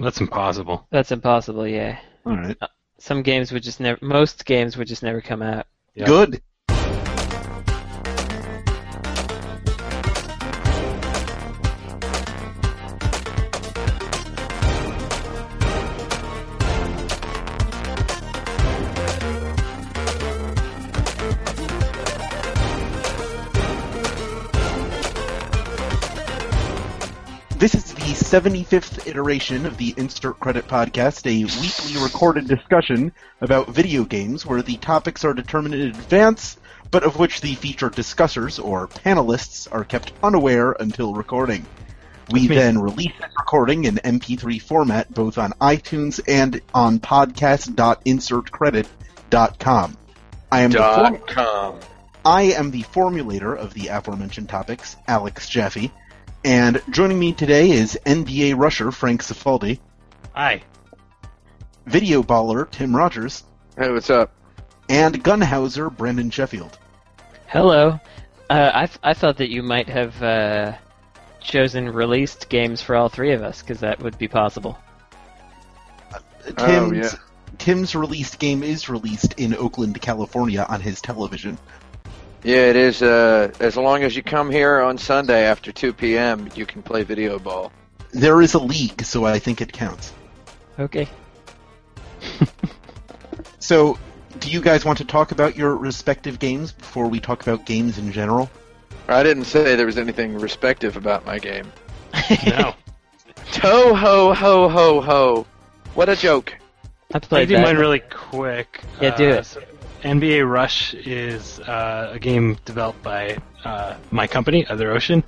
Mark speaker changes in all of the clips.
Speaker 1: That's impossible.
Speaker 2: That's impossible. Yeah. Uh,
Speaker 1: All right.
Speaker 2: Some games would just never. Most games would just never come out.
Speaker 1: Yeah.
Speaker 3: Good. This is the 75th iteration of the Insert Credit Podcast, a weekly recorded discussion about video games where the topics are determined in advance, but of which the featured discussers or panelists are kept unaware until recording. We then release this recording in MP3 format both on iTunes and on podcast.insertcredit.com. I am the form-
Speaker 1: Dot com.
Speaker 3: I am the formulator of the aforementioned topics, Alex Jaffe, and joining me today is NBA rusher Frank Cifaldi,
Speaker 1: Hi.
Speaker 3: video baller Tim Rogers,
Speaker 4: Hey, what's up?
Speaker 3: and gunhouser Brandon Sheffield.
Speaker 2: Hello. Uh, I th- I thought that you might have uh, chosen released games for all three of us because that would be possible.
Speaker 3: Tim's,
Speaker 4: Oh, yeah.
Speaker 3: Tim's released game is released in Oakland, California on his television.
Speaker 4: Yeah, it is. Uh, as long as you come here on Sunday after 2 p.m., you can play video ball.
Speaker 3: There is a league, so I think it counts.
Speaker 2: Okay.
Speaker 3: So, do you guys want to talk about your respective games before we talk about games in general?
Speaker 4: I didn't say there was anything respective about my game.
Speaker 1: No.
Speaker 4: Toe ho ho ho ho. What a joke.
Speaker 2: I
Speaker 1: I
Speaker 2: played
Speaker 1: do
Speaker 2: that.
Speaker 1: mine really quick. uh,
Speaker 2: Yeah, do it.
Speaker 1: so NBA Rush is uh, a game developed by uh, my company, Other Ocean,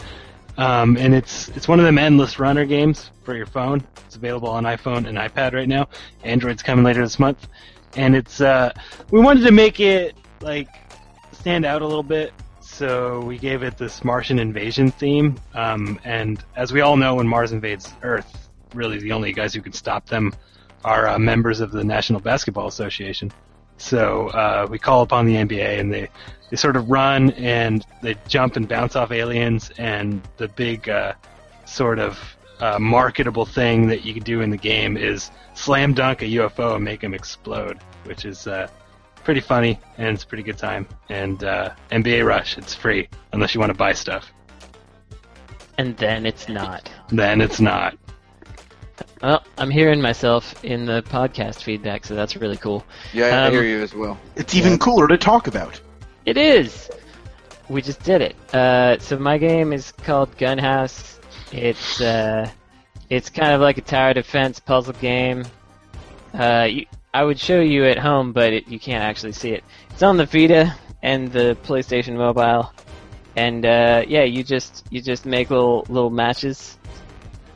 Speaker 1: um, and it's it's one of them endless runner games for your phone. It's available on iPhone and iPad right now. Android's coming later this month, and it's uh, we wanted to make it like stand out a little bit. So we gave it this Martian invasion theme, um, and as we all know, when Mars invades Earth, really the only guys who can stop them are uh, members of the National Basketball Association. So uh, we call upon the NBA, and they, they sort of run and they jump and bounce off aliens. And the big uh, sort of uh, marketable thing that you can do in the game is slam dunk a UFO and make him explode, which is uh, pretty funny and it's a pretty good time. And uh, NBA Rush, it's free unless you want to buy stuff.
Speaker 2: And then it's not.
Speaker 1: Then it's not.
Speaker 2: Well, I'm hearing myself in the podcast feedback, so that's really cool.
Speaker 4: Yeah, I
Speaker 2: Um,
Speaker 4: hear you as well.
Speaker 3: It's even cooler to talk about.
Speaker 2: It is. We just did it. Uh, so my game is called Gunhouse. It's uh, it's kind of like a tower defense puzzle game. Uh, you, I would show you at home, but it, you can't actually see it. It's on the Vita and the PlayStation Mobile, and uh, yeah, you just you just make little little matches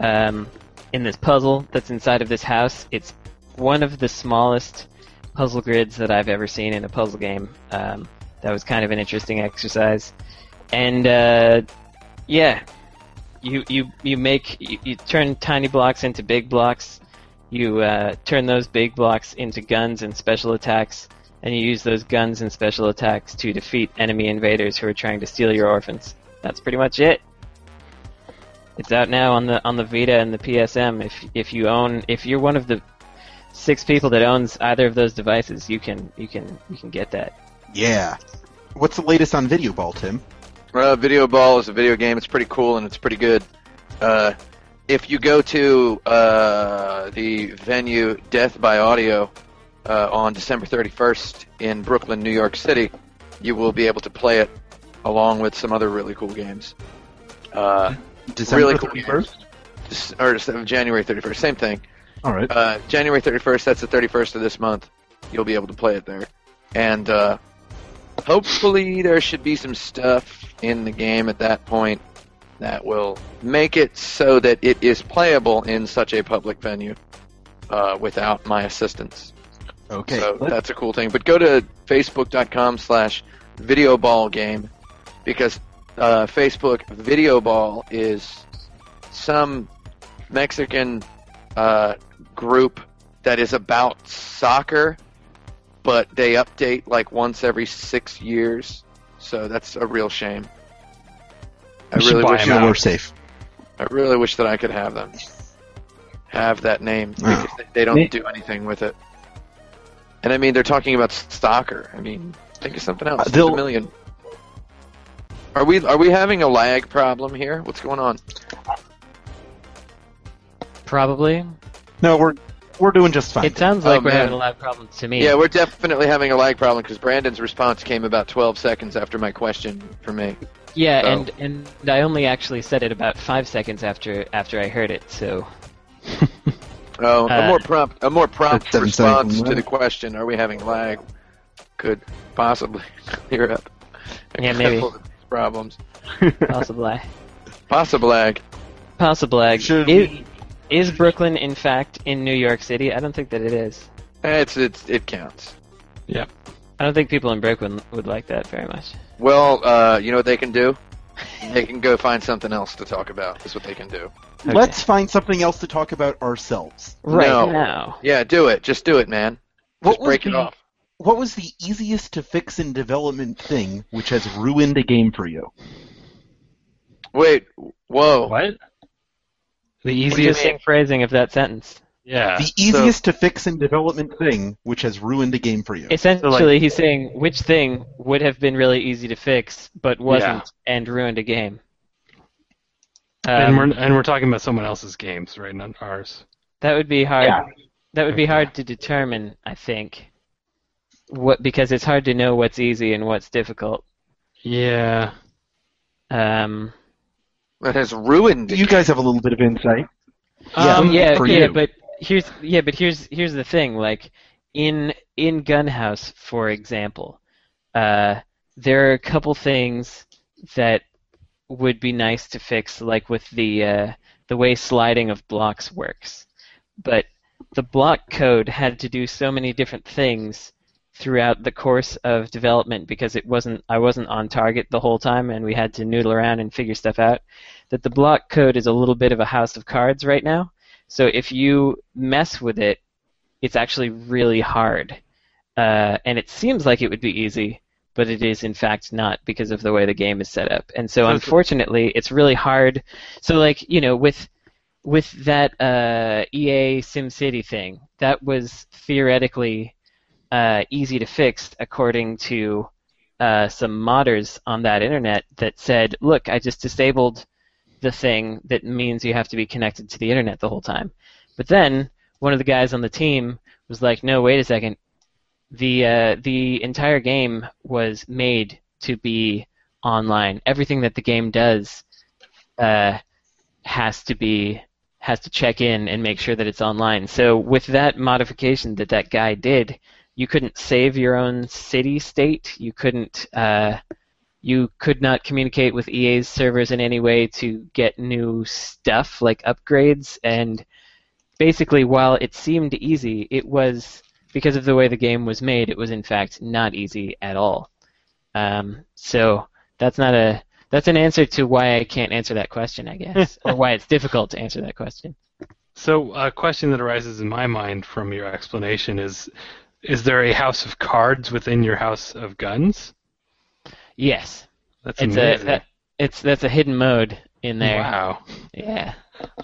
Speaker 2: um, in this puzzle that's inside of this house. It's one of the smallest puzzle grids that I've ever seen in a puzzle game. Um, that was kind of an interesting exercise. And uh, yeah, you you you make you, you turn tiny blocks into big blocks. You uh, turn those big blocks into guns and special attacks, and you use those guns and special attacks to defeat enemy invaders who are trying to steal your orphans. That's pretty much it. It's out now on the on the Vita and the PSM. If if you own if you're one of the six people that owns either of those devices, you can you can you can get that.
Speaker 3: Yeah. What's the latest on Video Ball, Tim?
Speaker 4: Uh, video ball is a video game. It's pretty cool and it's pretty good. Uh, if you go to uh, the venue Death by Audio uh, on December 31st in Brooklyn, New York City, you will be able to play it along with some other really cool games. Uh,
Speaker 3: December
Speaker 4: Really cool
Speaker 3: 31st?
Speaker 4: s- or s- January 31st, same thing.
Speaker 3: All right.
Speaker 4: Uh, January 31st, that's the 31st of this month. You'll be able to play it there. And uh, hopefully, there should be some stuff in the game at that point that will make it so that it is playable in such a public venue uh, without my assistance.
Speaker 3: Okay.
Speaker 4: so that's a cool thing. But go to facebook.com slash videoballgame because uh, Facebook videoball is some Mexican uh, group that is about soccer, but they update like once every six years. So that's a real shame. I
Speaker 1: You should
Speaker 4: really
Speaker 1: buy
Speaker 4: wish
Speaker 1: them
Speaker 3: Yeah,
Speaker 1: out.
Speaker 3: we're safe.
Speaker 4: I really wish that I could have them. have that name
Speaker 3: Oh.
Speaker 4: because they- they
Speaker 1: May-
Speaker 4: don't do anything with it. And I mean, they're talking about Stalker. I mean, think of something else.
Speaker 3: Uh,
Speaker 4: There's
Speaker 3: they'll-
Speaker 4: a million. Are we are we having a lag problem here? What's going on?
Speaker 2: Probably.
Speaker 3: No, we're we're doing just fine.
Speaker 2: It sounds
Speaker 4: Oh,
Speaker 2: like we're
Speaker 4: man.
Speaker 2: having a lot of problems to me.
Speaker 4: Yeah, we're definitely having a lag problem because Brandon's response came about 12 seconds after my question for me.
Speaker 2: Yeah,
Speaker 4: So-
Speaker 2: and and I only actually said it about five seconds after after I heard it. So
Speaker 4: Oh,
Speaker 2: Uh,
Speaker 4: a more prompt, a more prompt
Speaker 3: That's something
Speaker 4: response
Speaker 3: wrong.
Speaker 4: to the question: Are we having lag? Could possibly clear up a
Speaker 2: Yeah, maybe.
Speaker 4: couple of these problems.
Speaker 2: possibly,
Speaker 4: Possible lag.
Speaker 2: possible. Is,
Speaker 3: Should we-
Speaker 2: is Brooklyn in fact in New York City? I don't think that it is.
Speaker 4: Eh, It's it's it counts.
Speaker 2: I don't think people in Brooklyn would like that very much.
Speaker 4: Well, uh, you know what they can do? They can go find something else to talk about. That's what they can do.
Speaker 2: Okay.
Speaker 3: Let's find something else to talk about ourselves.
Speaker 2: Right
Speaker 4: No.
Speaker 2: now,
Speaker 4: Yeah, do it. Just do it, man.
Speaker 3: What
Speaker 4: Just break
Speaker 3: would
Speaker 4: it
Speaker 3: be-
Speaker 4: off.
Speaker 3: What was the easiest to fix in development thing which has ruined a game for you?
Speaker 4: Wait. Whoa.
Speaker 1: What? The
Speaker 2: easiest
Speaker 1: easiest.
Speaker 2: thing phrasing of that sentence.
Speaker 1: Yeah.
Speaker 3: The easiest to fix in development thing which has ruined a game for you.
Speaker 2: Essentially,
Speaker 1: So, like-
Speaker 2: he's saying which thing would have been really easy to fix but wasn't and ruined a game.
Speaker 1: and
Speaker 2: Um,
Speaker 1: we're and we're talking about someone else's games, right? Not ours.
Speaker 2: That would be hard.
Speaker 3: Yeah.
Speaker 2: That would be hard to determine, I think. What because it's hard to know what's easy and what's difficult.
Speaker 1: Yeah.
Speaker 2: Um,
Speaker 4: That has ruined.
Speaker 3: you guys have a little bit of insight. Yeah,
Speaker 2: um, yeah,
Speaker 3: for
Speaker 2: yeah,
Speaker 3: you.
Speaker 2: but here's yeah, but here's here's the thing. Like in in Gunhouse, for example, uh, there are a couple things that would be nice to fix, like with the uh, the way sliding of blocks works. But the block code had to do so many different things throughout the course of development because it wasn't I wasn't on target the whole time, and we had to noodle around and figure stuff out. That the block code is a little bit of a house of cards right now. So if you mess with it, it's actually really hard. Uh, and it seems like it would be easy, but it is in fact not because of the way the game is set up. And so
Speaker 1: Okay.
Speaker 2: unfortunately, it's really hard. So like you know with with that uh, EA SimCity thing, that was theoretically uh, easy to fix according to uh, some modders on that internet that said, look, I just disabled the thing that means you have to be connected to the internet the whole time. But then one of the guys on the team was like, no, wait a second. The uh, the entire game was made to be online. Everything that the game does uh, has to be has to check in and make sure that it's online. So with that modification that that guy did, you couldn't save your own city state. You couldn't. Uh, you could not communicate with EA's servers in any way to get new stuff like upgrades. And basically, while it seemed easy, it was because of the way the game was made. It was in fact not easy at all. Um, so that's not a that's an answer to why I can't answer that question, I guess, or why it's difficult to answer that question.
Speaker 1: So a question that arises in my mind from your explanation is: Is there a house of cards within your house of guns?
Speaker 2: Yes,
Speaker 1: That's
Speaker 2: it's a
Speaker 1: amazing.
Speaker 2: that, it's that's a hidden mode in there.
Speaker 1: Wow.
Speaker 2: Yeah.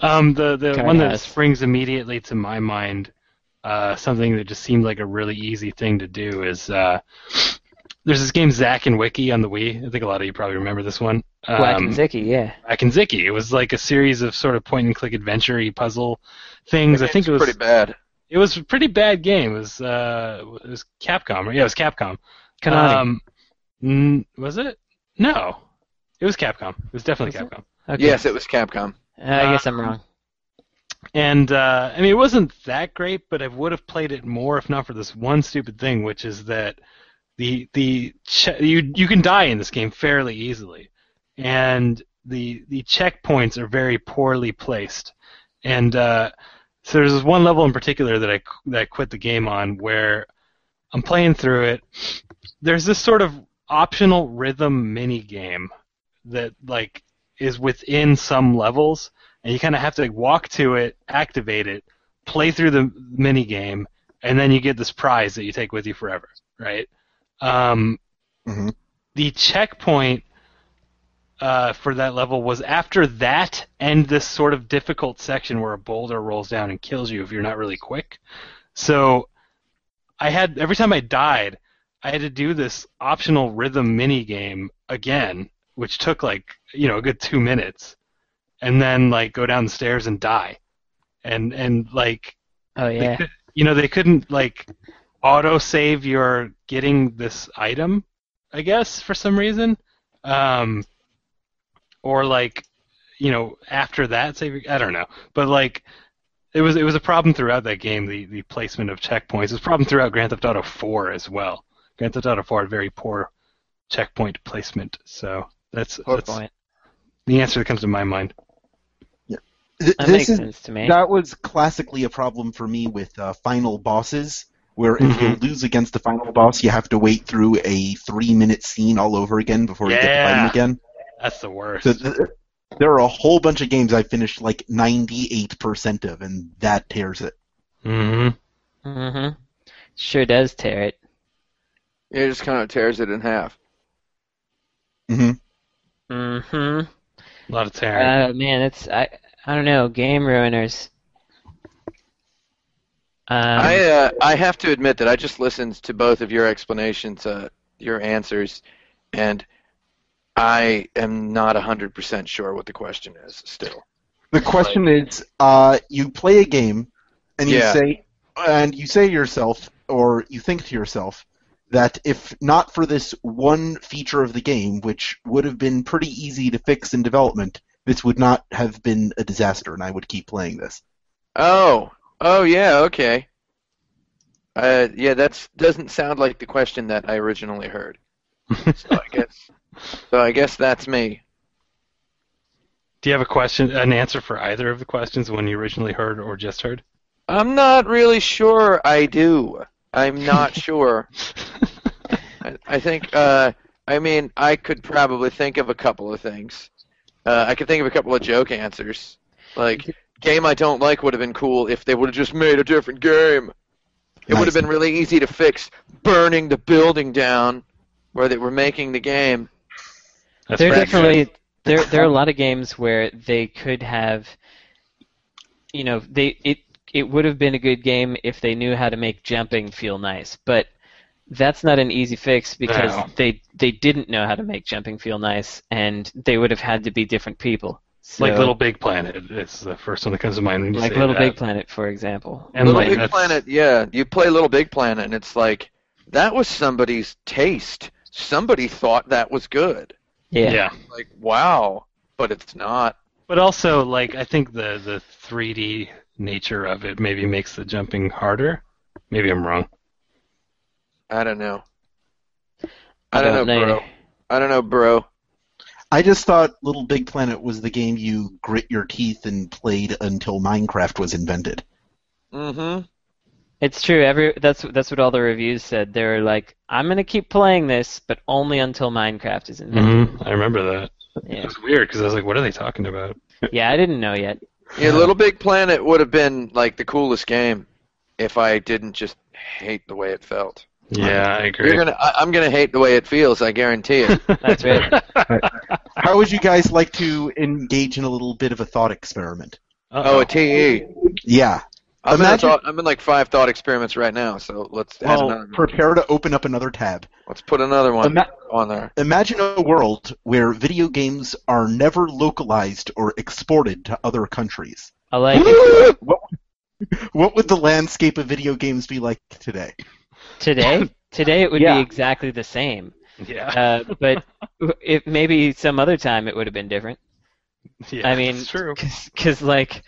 Speaker 1: Um, the the
Speaker 2: Card
Speaker 1: one that
Speaker 2: house.
Speaker 1: springs immediately to my mind, uh, something that just seemed like a really easy thing to do is uh, there's this game Zack and Wiki on the Wii. I think a lot of you probably remember this one.
Speaker 2: Black
Speaker 1: Um,
Speaker 2: and Zicky, yeah.
Speaker 1: Black and Zicky. It was like a series of sort of point and click adventure puzzle things. I think it was
Speaker 4: pretty bad.
Speaker 1: it was a pretty bad game. It was uh, it was Capcom. right? Yeah, it was Capcom.
Speaker 2: Konami.
Speaker 1: Um, n- was it? No, it was Capcom. It was definitely
Speaker 2: Was it?
Speaker 1: Capcom.
Speaker 2: Okay.
Speaker 4: Yes, it was Capcom.
Speaker 2: I
Speaker 1: Uh,
Speaker 2: guess I'm wrong.
Speaker 1: And uh, I mean, it wasn't that great, but I would have played it more if not for this one stupid thing, which is that the the che- you you can die in this game fairly easily, and the the checkpoints are very poorly placed. And uh, so there's this one level in particular that I qu- that I quit the game on where I'm playing through it. There's this sort of optional rhythm mini game that like is within some levels and you kind of have to like, walk to it, activate it, play through the mini game, and then you get this prize that you take with you forever, right? Um,
Speaker 3: Mhm.
Speaker 1: The checkpoint uh, for that level was after that and this sort of difficult section where a boulder rolls down and kills you if you're not really quick. So I had every time I died, I had to do this optional rhythm mini game again, which took like you know a good two minutes, and then like go down the stairs and die, and and like
Speaker 2: Oh
Speaker 1: they
Speaker 2: yeah.
Speaker 1: could- you know, they couldn't like auto save your getting this item, I guess, for some reason. Um, or like, you know, after that save I don't know. But like it was it was a problem throughout that game, the, the placement of checkpoints. It was a problem throughout Grand Theft Auto four as well. Grand Theft Auto four had very poor checkpoint placement, so that's,
Speaker 2: Poor
Speaker 1: that's
Speaker 2: point.
Speaker 1: the answer that comes to my mind.
Speaker 3: Th-
Speaker 2: That
Speaker 3: this
Speaker 2: makes
Speaker 3: is
Speaker 2: sense to me.
Speaker 3: That was classically a problem for me with uh, final bosses, where if you lose against the final boss, you have to wait through a three-minute scene all over again before you get to fight him
Speaker 1: Yeah.
Speaker 3: again.
Speaker 1: That's the worst.
Speaker 3: So th- there are a whole bunch of games I finished like 98% of, and that tears it.
Speaker 1: hmm
Speaker 2: hmm
Speaker 1: Mm-hmm.
Speaker 2: Sure does tear it.
Speaker 4: It just kind of tears it in half.
Speaker 3: hmm
Speaker 2: hmm
Speaker 1: Mm-hmm. A lot of tearing.
Speaker 2: Uh, man, it's I I don't know game ruiners. Um,
Speaker 1: Uh-huh.
Speaker 4: I uh, I have to admit that I just listened to both of your explanations, uh, your answers, and I am not hundred percent sure what the question is still.
Speaker 3: The question is, uh, you play a game, and you
Speaker 4: Yeah.
Speaker 3: say, and you say to yourself, or you think to yourself, that if not for this one feature of the game, which would have been pretty easy to fix in development, this would not have been a disaster, and I would keep playing this.
Speaker 4: Oh, oh yeah, okay. Uh, yeah, that's doesn't sound like the question that I originally heard.
Speaker 2: Uh,
Speaker 4: So I guess, so I guess that's me.
Speaker 1: Do you have a question, an answer for either of the questions when you originally heard or just heard?
Speaker 4: I'm not really sure. I do. I'm not sure. I, I think. Uh, I mean, I could probably think of a couple of things. Uh, I could think of a couple of joke answers, like game I don't like would have been cool if they would have just made a different game. It would have
Speaker 3: Nice.
Speaker 4: been really easy to fix burning the building down where they were making the game.
Speaker 1: That's
Speaker 2: there
Speaker 1: pretty
Speaker 2: definitely there there are a lot of games where they could have, you know, they it it would have been a good game if they knew how to make jumping feel nice, but that's not an easy fix because
Speaker 1: No.
Speaker 2: they they didn't know how to make jumping feel nice, and they would have had to be different people.
Speaker 1: good. like
Speaker 2: So-
Speaker 1: Little Big Planet. It's the first one that comes to mind when you
Speaker 2: like
Speaker 1: say
Speaker 2: Little
Speaker 1: that.
Speaker 2: Big Planet, for example.
Speaker 1: And
Speaker 4: Little
Speaker 1: like,
Speaker 4: Big
Speaker 1: that's-
Speaker 4: Planet, yeah. You play Little Big Planet, and it's like that was somebody's taste. Somebody thought that was good.
Speaker 1: Yeah.
Speaker 4: Like wow, but it's not.
Speaker 1: but also like I think the the 3D nature of it maybe makes the jumping harder. Maybe I'm wrong.
Speaker 4: I don't know. I don't, know,
Speaker 2: either.
Speaker 4: bro. I don't know, bro.
Speaker 3: I just thought Little Big Planet was the game you grit your teeth and played until Minecraft was invented.
Speaker 4: Mm-hmm.
Speaker 2: It's true. Every that's that's what all the reviews said. They were like, "I'm gonna keep playing this, but only until Minecraft is invented."
Speaker 1: hmm I remember that. It
Speaker 2: Mm-hmm. Yeah.
Speaker 1: was weird because I was like, what are they talking about?
Speaker 2: yeah, I didn't know yet.
Speaker 4: Yeah, Little Big Planet would have been like the coolest game if I didn't just hate the way it felt.
Speaker 1: Yeah, I agree.
Speaker 4: You're gonna, I, I'm gonna hate the way it feels. I guarantee it.
Speaker 2: That's right.
Speaker 3: How would you guys like to engage in a little bit of a thought experiment?
Speaker 1: Uh-oh.
Speaker 4: oh, a E. TE.
Speaker 3: Yeah.
Speaker 4: I'm, in a
Speaker 3: Imagine-
Speaker 4: thought, I'm in like five thought experiments right now. So let's add
Speaker 3: Well,
Speaker 4: another.
Speaker 3: prepare to open up another tab.
Speaker 4: Let's put another one
Speaker 3: Ima-
Speaker 4: on there.
Speaker 3: Imagine a world where video games are never localized or exported to other countries.
Speaker 2: I like it
Speaker 3: What would the landscape of video games be like today?
Speaker 2: today. Today it would
Speaker 3: Yeah.
Speaker 2: be exactly the same,
Speaker 1: yeah.
Speaker 2: uh, but if maybe some other time it would have been different.
Speaker 1: yeah.
Speaker 2: I mean,
Speaker 1: it's true.
Speaker 2: because like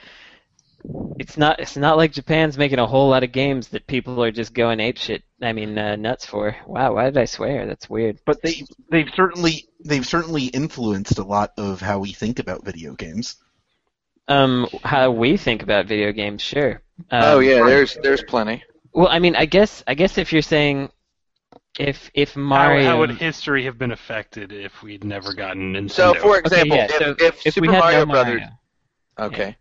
Speaker 2: it's not it's not like Japan's making a whole lot of games that people are just going ape shit. I mean, uh, nuts for. Wow, why did I swear? That's weird.
Speaker 3: But they they've certainly they've certainly influenced a lot of how we think about video games.
Speaker 2: um, how we think about video games, sure.
Speaker 3: Uh,
Speaker 2: Um,
Speaker 4: oh yeah, there's there's plenty.
Speaker 2: Well, I mean, I guess I guess if you're saying if if
Speaker 1: How,
Speaker 2: Mario,
Speaker 1: how would history have been affected if we'd never gotten Nintendo?
Speaker 4: So for
Speaker 2: Okay,
Speaker 4: example,
Speaker 2: yeah,
Speaker 4: if,
Speaker 2: so
Speaker 4: if, Super
Speaker 2: we had no
Speaker 4: Mario Brothers, okay.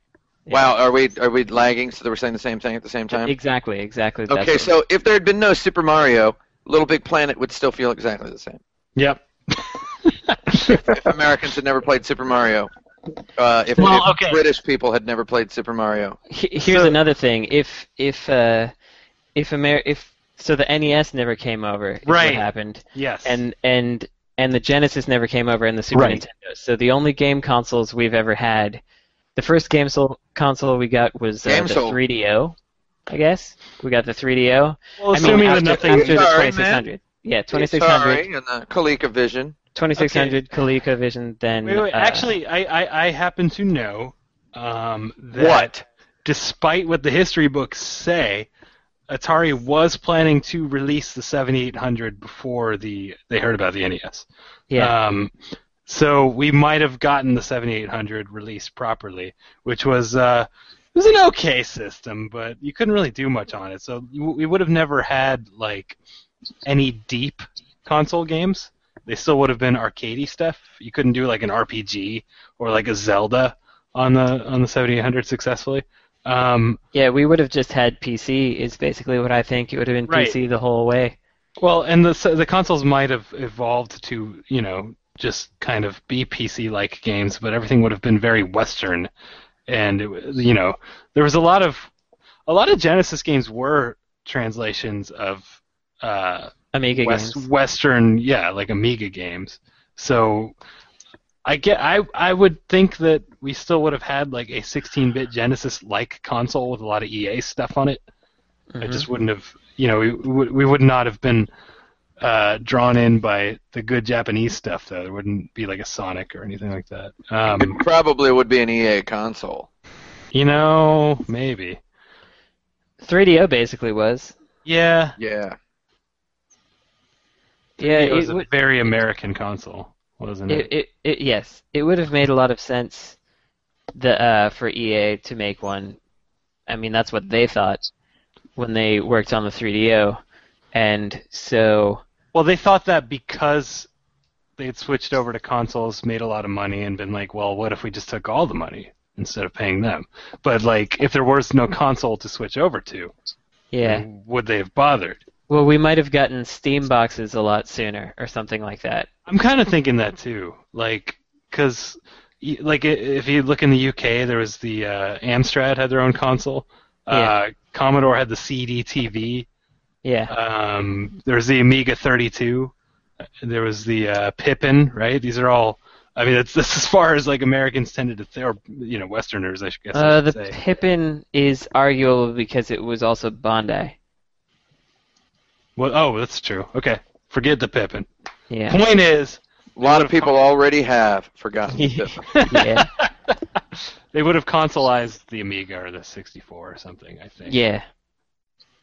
Speaker 4: Wow, are we are we lagging? So that we're saying the same thing at the same time.
Speaker 2: exactly, exactly. that's
Speaker 4: Okay,
Speaker 2: what-
Speaker 4: so if there had been no Super Mario, Little Big Planet would still feel exactly the same.
Speaker 1: Yep.
Speaker 4: if Americans had never played Super Mario. Uh, if
Speaker 1: Well,
Speaker 4: if
Speaker 1: okay.
Speaker 4: British people had never played Super Mario.
Speaker 2: He- Here's another thing. If if uh, if Amer- if so, the NES never came over. is what
Speaker 1: Right.
Speaker 2: happened,
Speaker 1: Yes.
Speaker 2: and and and the Genesis never came over, and the Super
Speaker 3: Right.
Speaker 2: Nintendo. So the only game consoles we've ever had, the first game sol- console we got was uh, the
Speaker 4: Gamesol.
Speaker 2: 3DO. I guess we got the 3DO.
Speaker 1: well,
Speaker 2: I mean,
Speaker 1: assuming
Speaker 2: after,
Speaker 1: that nothing.
Speaker 2: after the
Speaker 4: Sorry, man.
Speaker 2: 2600. Yeah, 2600,
Speaker 4: Sorry, and the ColecoVision.
Speaker 2: 2600 ColecoVision. Then
Speaker 1: Wait, wait,
Speaker 2: uh,
Speaker 1: actually, I, I, I happen to know um, that
Speaker 4: What?
Speaker 1: despite what the history books say, Atari was planning to release the 7800 before the they heard about the E NES.
Speaker 2: yeah,
Speaker 1: Um, so we might have gotten the 7800 released properly, which was uh, it was an okay system, but you couldn't really do much on it. So you, we would have never had like any deep console games. They still would have been arcadey stuff. You couldn't do like an RPG or like a Zelda on the on the 7800 successfully. Um,
Speaker 2: yeah, we would have just had PC. Is basically what I think. It would have been
Speaker 1: Right.
Speaker 2: PC the whole way.
Speaker 1: Well, and the so the consoles might have evolved to you know just kind of be PC-like games, but everything would have been very Western, and it, wa- you know there was a lot of a lot of Genesis games were translations of uh,
Speaker 2: Amiga
Speaker 1: West,
Speaker 2: games.
Speaker 1: Western, yeah, like Amiga games. So I get I I would think that we still would have had like a 16-bit Genesis-like console with a lot of EA stuff on it. I
Speaker 2: Mhm.
Speaker 1: just wouldn't have, you know, we we would- we would not have been uh, drawn in by the good Japanese stuff though. There wouldn't be like a Sonic or anything like that. Um,
Speaker 4: Probably would be an EA console.
Speaker 1: you know, maybe.
Speaker 2: 3DO basically was.
Speaker 1: Yeah,
Speaker 4: Yeah.
Speaker 2: Yeah,
Speaker 1: it was
Speaker 2: it
Speaker 1: a
Speaker 2: would.
Speaker 1: very American console, wasn't
Speaker 2: It,
Speaker 1: it?
Speaker 2: it, it, yes, it would have made a lot of sense the, uh, for EA to make one. I mean, that's what they thought when they worked on the 3DO, and so
Speaker 1: Well, they thought that because they had switched over to consoles, made a lot of money, and been like, well, what if we just took all the money instead of paying them? But like, if there was no console to switch over to,
Speaker 2: yeah.
Speaker 1: would they have bothered?
Speaker 2: Well, we might have gotten Steam boxes a lot sooner or something like that.
Speaker 1: I'm kind of thinking that too, like because like i- if you look in the UK, there was the uh, Amstrad had their own console. Uh, Commodore had the CD TV.
Speaker 2: Yeah,
Speaker 1: Um, there was the Amiga 32. There was the uh, Pippin, right? These are all. I mean, that's, that's as far as like Americans tended to, th- or you know, Westerners, I should guess. I
Speaker 2: uh, the
Speaker 1: should say.
Speaker 2: Pippin is arguable because it was also Bondi.
Speaker 1: Well, oh, that's true. Okay, forget the Pippin.
Speaker 2: Yeah,
Speaker 1: Point is,
Speaker 4: A lot of people already have forgotten. the-
Speaker 2: yeah,
Speaker 1: they would have consoleized the Amiga or the 64 or something. I think.
Speaker 2: yeah.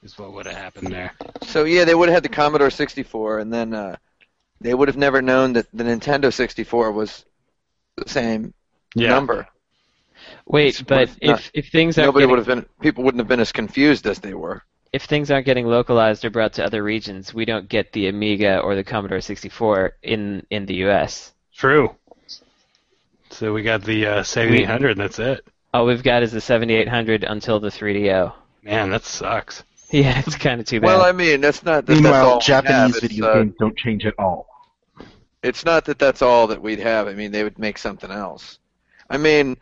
Speaker 1: is what would have happened there.
Speaker 4: so yeah, they would have had the Commodore 64, and then uh, they would have never known that the Nintendo 64 was the same number.
Speaker 2: Wait,
Speaker 4: It's
Speaker 2: but
Speaker 4: worth not-
Speaker 2: if, if things aren't
Speaker 4: Nobody
Speaker 2: getting
Speaker 4: would have been. People wouldn't have been as confused as they were.
Speaker 2: if things aren't getting localized or brought to other regions, we don't get the Amiga or the Commodore 64 in in the U.S.
Speaker 1: True. So we got the uh, 7800, and that's it.
Speaker 2: All we've got is the 7800 until the 3DO.
Speaker 1: Man, that sucks.
Speaker 2: Yeah, it's kind of too bad.
Speaker 4: Well, I mean, that's not. That, that's all
Speaker 3: Meanwhile,
Speaker 4: we have.
Speaker 3: Japanese
Speaker 4: It's,
Speaker 3: video
Speaker 4: uh,
Speaker 3: games don't change at all.
Speaker 4: it's not that that's all that we'd have. I mean, they would make something else. I mean,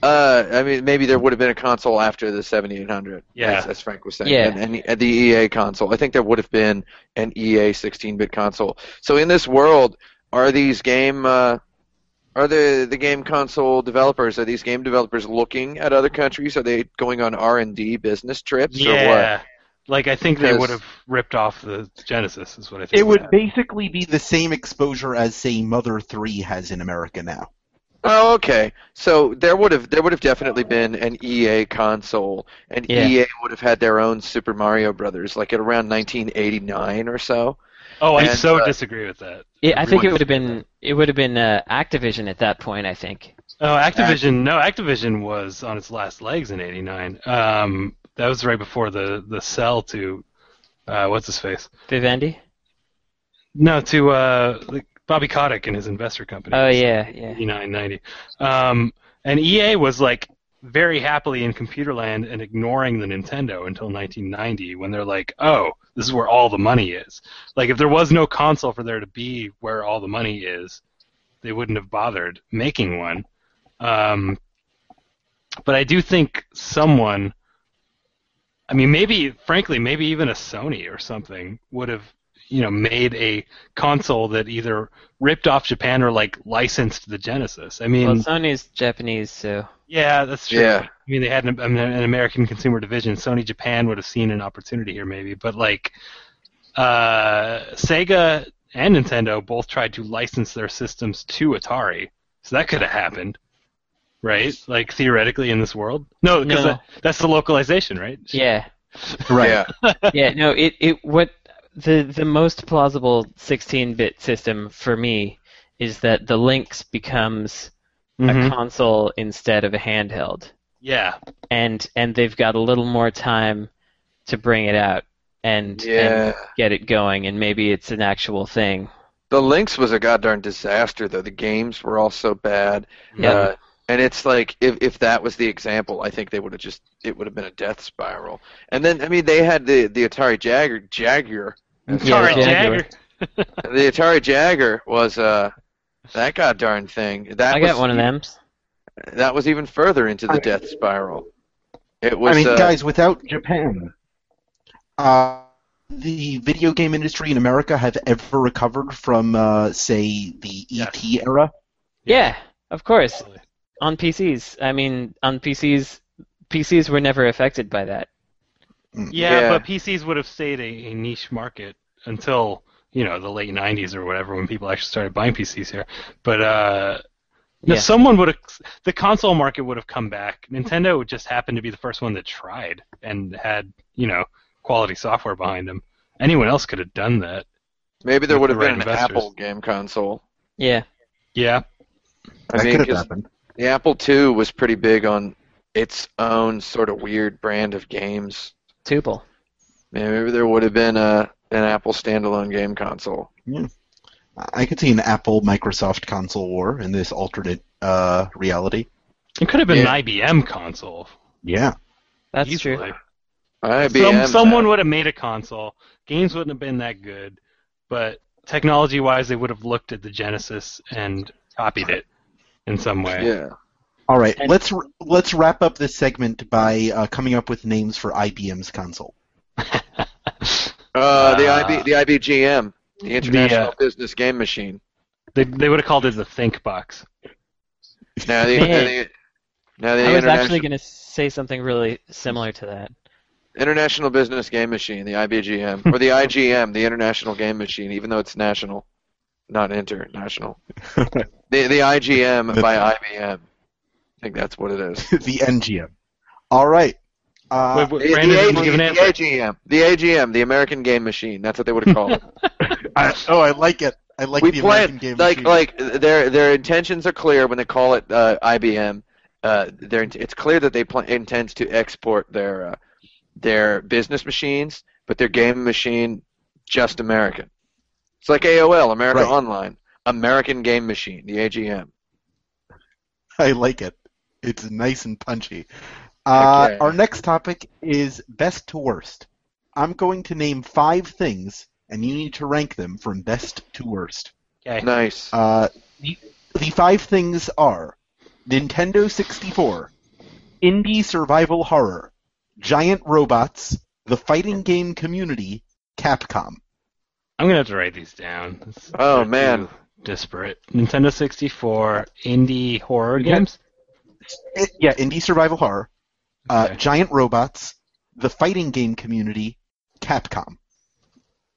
Speaker 4: uh, I mean, maybe there would have been a console after the 7800.
Speaker 1: Yeah.
Speaker 4: as, as Frank was saying.
Speaker 2: Yeah.
Speaker 4: and, and the EA console. I think there would have been an EA 16-bit console. So in this world, are these game uh, are the the game console developers are these game developers looking at other countries? Are they going on R and D business trips or what?
Speaker 1: yeah. Like I think they
Speaker 4: Because-
Speaker 1: would have ripped off the Genesis. Is what I think.
Speaker 3: It would
Speaker 1: happened.
Speaker 3: basically be the same exposure as, say, Mother 3 has in America now.
Speaker 4: Oh, okay. So there would have there would have definitely been an EA console, and
Speaker 2: Yeah.
Speaker 4: EA would have had their own Super Mario Brothers, like at around 1989 or so.
Speaker 1: Oh, I
Speaker 4: and,
Speaker 1: so
Speaker 4: uh,
Speaker 1: disagree with that.
Speaker 2: yeah, I think it
Speaker 1: Everyone-
Speaker 2: would have been it would have been uh, Activision at that point. I think.
Speaker 1: Oh, Activision. No, Activision was on its last legs in '89. Um, that was right before the the sell to, uh, what's his face?
Speaker 2: Vivendi.
Speaker 1: No, to uh, like Bobby Kotick and his investor company.
Speaker 2: Oh yeah, yeah.
Speaker 1: 8990. Um, and EA was like very happily in computer land and ignoring the Nintendo until 1990 when they're like, oh, this is where all the money is. Like, if there was no console for there to be where all the money is, they wouldn't have bothered making one. Um, but I do think someone, I mean, maybe, frankly, maybe even a Sony or something would have, you know, made a console that either ripped off Japan or like licensed the Genesis. I mean,
Speaker 2: Well, Sony's Japanese, so
Speaker 1: yeah, that's true.
Speaker 4: Yeah.
Speaker 1: I mean, they had an, an, an American consumer division. Sony Japan would have seen an opportunity here, maybe. But like, uh, Sega and Nintendo both tried to license their systems to Atari, so that could have happened, right? Like theoretically in this world. No,
Speaker 2: No.
Speaker 1: because that's the localization, right?
Speaker 2: yeah,
Speaker 3: Right.
Speaker 4: Yeah.
Speaker 2: yeah. No, it it what the the most plausible 16-bit system for me is that the Lynx becomes a Mm-hmm.
Speaker 1: Mhm.
Speaker 2: console instead of a handheld.
Speaker 1: Yeah.
Speaker 2: and and they've got a little more time to bring it out and,
Speaker 4: Yeah.
Speaker 2: and get it going and maybe it's an actual thing
Speaker 4: The Lynx was a goddamn disaster, though. The games were all so bad.
Speaker 2: Yeah.
Speaker 4: Uh, and it's like if if that was the example, I think they would have just it would have been a death spiral. And then I mean they had the the Atari Jagger Jaguar. as
Speaker 2: Yeah,
Speaker 1: Atari
Speaker 4: well.
Speaker 2: Jaguar.
Speaker 1: Jagger.
Speaker 4: The Atari Jagger was uh that god darn thing. That
Speaker 2: i
Speaker 4: was,
Speaker 2: got one of them
Speaker 4: That was even further into the
Speaker 3: I-
Speaker 4: death spiral. It was
Speaker 3: I mean,
Speaker 4: uh,
Speaker 3: guys, without Japan, uh, the video game industry in America have ever recovered from, uh, say, the ET era.
Speaker 2: yeah of course on pcs i mean on pcs pcs were never affected by that
Speaker 1: Yeah,
Speaker 4: Yeah.
Speaker 1: but PCs would have stayed a, a niche market until you know the late '90s or whatever when people actually started buying PCs here. But uh, no,
Speaker 2: Yeah.
Speaker 1: someone would have the console market would have come back. Nintendo just happened to be the first one that tried and had you know quality software behind them. Anyone else could have done that.
Speaker 4: maybe there would have
Speaker 1: Right,
Speaker 4: been an
Speaker 1: investors.
Speaker 4: Apple game console.
Speaker 2: yeah
Speaker 1: Yeah,
Speaker 4: I
Speaker 3: that
Speaker 4: mean,
Speaker 3: could have
Speaker 4: 'cause
Speaker 3: happened.
Speaker 4: The Apple II was pretty big on its own sort of weird brand of games.
Speaker 2: tuple
Speaker 4: Man, maybe there would have been a an Apple standalone game console.
Speaker 3: I could see an Apple Microsoft console war in this alternate uh, reality.
Speaker 1: it could have been
Speaker 4: Yeah.
Speaker 1: an IBM console.
Speaker 3: Yeah.
Speaker 2: that's
Speaker 1: easily.
Speaker 2: true
Speaker 4: IBM.
Speaker 1: Some, someone would have made a console. Games wouldn't have been that good, but technology-wise, they would have looked at the Genesis and copied it in some way.
Speaker 4: Yeah.
Speaker 3: All right.
Speaker 2: And-
Speaker 3: let's r- let's wrap up this segment by uh, coming up with names for IBM's console.
Speaker 4: Uh, the
Speaker 1: Uh,
Speaker 4: IB, the IBGM, the International
Speaker 1: uh,
Speaker 4: Business Game Machine.
Speaker 1: They, they would have called it the Think Box.
Speaker 4: Now the, now
Speaker 2: Man.
Speaker 4: the, now the
Speaker 2: i was
Speaker 4: international,
Speaker 2: actually going to say something really similar to that
Speaker 4: international Business Game Machine, the IBGM, or the IGM, the International Game Machine, even though it's national, not international. the the IGM by IBM. I think that's what it is.
Speaker 3: the NGM. All right. Uh,
Speaker 1: Wait, wait,
Speaker 4: The, the,
Speaker 1: Brandon, did you
Speaker 4: AG
Speaker 1: give an
Speaker 4: the
Speaker 1: answer?
Speaker 4: AGM, the AGM, the American Game Machine. That's what they would have called it.
Speaker 3: I, oh, I like it. I like
Speaker 4: we
Speaker 3: the
Speaker 4: play
Speaker 3: American
Speaker 4: it
Speaker 3: game.
Speaker 4: like
Speaker 3: machine.
Speaker 4: like their their intentions are clear when they call it uh, IBM. Uh, their int- it's clear that they pl- intends to export their uh, their business machines, but their game machine just American. It's like AOL, America
Speaker 3: Right.
Speaker 4: Online, American Game Machine, the AGM.
Speaker 3: I like it. It's nice and punchy. Uh,
Speaker 4: Okay.
Speaker 3: Our next topic is best to worst. I'm going to name five things, and you need to rank them from best to worst.
Speaker 1: Okay.
Speaker 4: Nice.
Speaker 3: Uh, the, the five things are Nintendo 64, indie survival horror, giant robots, the fighting game community, Capcom.
Speaker 1: I'm gonna have to write these down. It's-
Speaker 4: Oh,
Speaker 1: they're
Speaker 4: man.
Speaker 1: too disparate. Nintendo 64 indie horror
Speaker 3: Yeah.
Speaker 1: games.
Speaker 3: It- yeah, Eh, indie survival horror, uh,
Speaker 1: Okay.
Speaker 3: giant robots, the fighting game community, Capcom.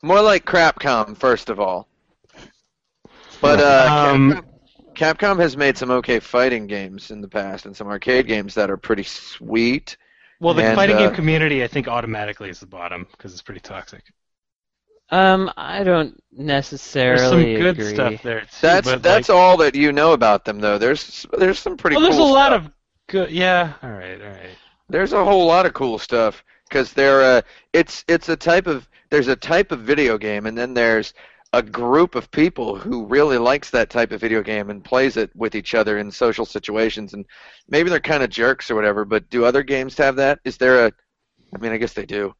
Speaker 4: More like Crapcom, first of all. But uh,
Speaker 1: Um,
Speaker 4: Capcom has made some okay fighting games in the past and some arcade games that are pretty sweet.
Speaker 1: well, the
Speaker 4: and,
Speaker 1: fighting
Speaker 4: uh,
Speaker 1: game community, I think, automatically is the bottom because it's pretty toxic.
Speaker 2: um i don't
Speaker 1: There's
Speaker 2: necessarily
Speaker 1: some good
Speaker 2: agree.
Speaker 1: stuff there too.
Speaker 4: That's
Speaker 1: but,
Speaker 4: that's
Speaker 1: like,
Speaker 4: all that you know about them, though. There's there's some pretty.
Speaker 1: well, there's
Speaker 4: cool
Speaker 1: a lot
Speaker 4: stuff.
Speaker 1: of good. Yeah. All right. All right.
Speaker 4: There's a whole lot of cool stuff because they're uh, it's it's a type of there's a type of video game, and then there's a group of people who really likes that type of video game and plays it with each other in social situations, and maybe they're kind of jerks or whatever. But do other games have that? Is there a? I mean, I guess they do,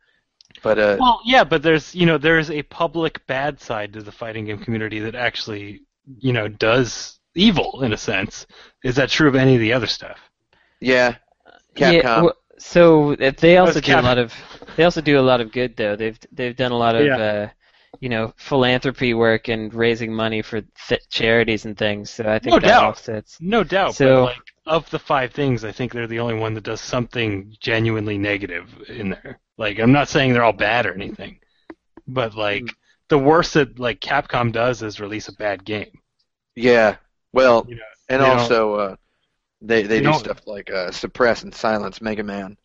Speaker 4: but uh,
Speaker 1: Well, yeah, but there's you know there's a public bad side to the fighting game community that actually you know does evil in a sense. Is that true of any of the other stuff?
Speaker 4: Yeah.
Speaker 2: Yeah,
Speaker 4: Capcom.
Speaker 2: w- so uh, they also
Speaker 1: That's
Speaker 2: do a
Speaker 1: Capcom.
Speaker 2: lot of they also do a lot of good though. They've they've done a lot of
Speaker 1: Yeah.
Speaker 2: uh, you know philanthropy work and raising money for th- charities and things. So I think
Speaker 1: No
Speaker 2: that
Speaker 1: doubt.
Speaker 2: offsets.
Speaker 1: No doubt.
Speaker 2: So-
Speaker 1: but like of the five things, I think they're the only one that does something genuinely negative in there. Like I'm not saying they're all bad or anything, but like the worst that like Capcom does is release a bad game.
Speaker 4: yeah. Well,
Speaker 1: You know,
Speaker 4: and
Speaker 1: they don't-
Speaker 4: also uh, they they
Speaker 1: They
Speaker 4: do
Speaker 1: don't-
Speaker 4: stuff like uh, suppress and silence Mega Man,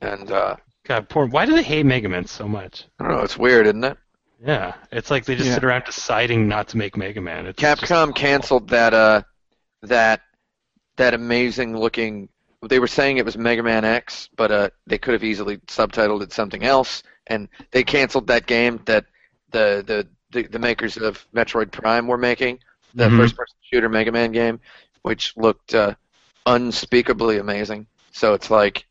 Speaker 4: and uh,
Speaker 1: God, poor. Why do they hate Mega Man so much?
Speaker 4: I don't know. It's weird, isn't it?
Speaker 1: Yeah, it's like they just
Speaker 3: Yeah.
Speaker 1: sit around deciding not to make Mega Man. It's just-
Speaker 4: Capcom canceled that uh that that amazing looking. They were saying it was Mega Man X, but uh, they could have easily subtitled it something else, and they canceled that game that the the the, the makers of Metroid Prime were making, the
Speaker 1: Mhm.
Speaker 4: first person shooter Mega Man game, which looked uh, unspeakably amazing. So it's like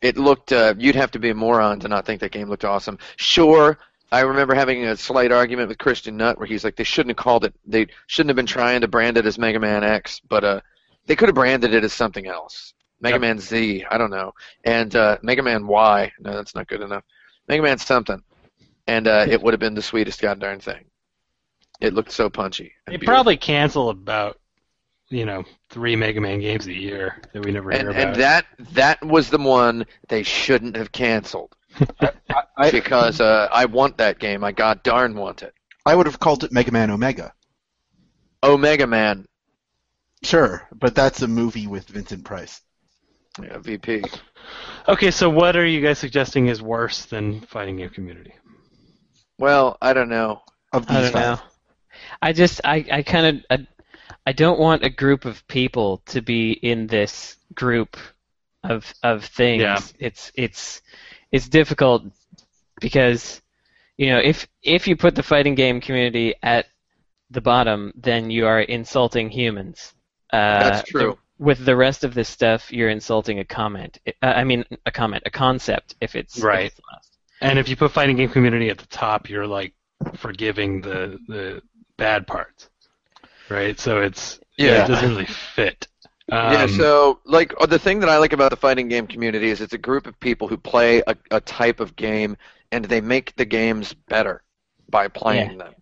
Speaker 4: it looked. Uh, you'd have to be a moron to not think that game looked awesome. Sure, I remember having a slight argument with Christian Nutt where he's like, they shouldn't have called it. They shouldn't have been trying to brand it as Mega Man X, but uh, they could have branded it as something else. Mega
Speaker 1: Yep.
Speaker 4: Man Z, I don't know, and uh, Mega Man Y. No, that's not good enough. Mega Man something, and uh, it would have been the sweetest goddamn thing. It looked so punchy.
Speaker 1: They
Speaker 4: and beautiful.
Speaker 1: probably cancel about you know three Mega Man games a year that we never hear
Speaker 4: and,
Speaker 1: about.
Speaker 4: and that that was the one they shouldn't have canceled
Speaker 3: I-
Speaker 4: because uh, I want that game. I god darn want it.
Speaker 3: I would have called it Mega Man Omega.
Speaker 4: Omega Man,
Speaker 3: Sure, but that's a movie with Vincent Price.
Speaker 4: yeah, VP.
Speaker 1: Okay, so what are you guys suggesting is worse than fighting game community?
Speaker 4: Well, I don't know.
Speaker 3: Of these
Speaker 2: I don't know.
Speaker 3: five.
Speaker 2: I just I I kind of I, I don't want a group of people to be in this group of of things.
Speaker 1: Yeah.
Speaker 2: It's it's it's difficult because you know if if you put the fighting game community at the bottom, then you are insulting humans. Uh,
Speaker 4: That's true.
Speaker 2: with the rest of this stuff, you're insulting a comment. Uh, I mean, a comment, a concept. If it's if
Speaker 1: Right.
Speaker 2: it's lost.
Speaker 1: And if you put fighting game community at the top, you're like forgiving the the bad parts, right? So it's
Speaker 4: Yeah.
Speaker 1: it doesn't really fit. Um,
Speaker 4: yeah, so like uh, the thing that I like about the fighting game community is it's a group of people who play a, a type of game and they make the games better by playing them.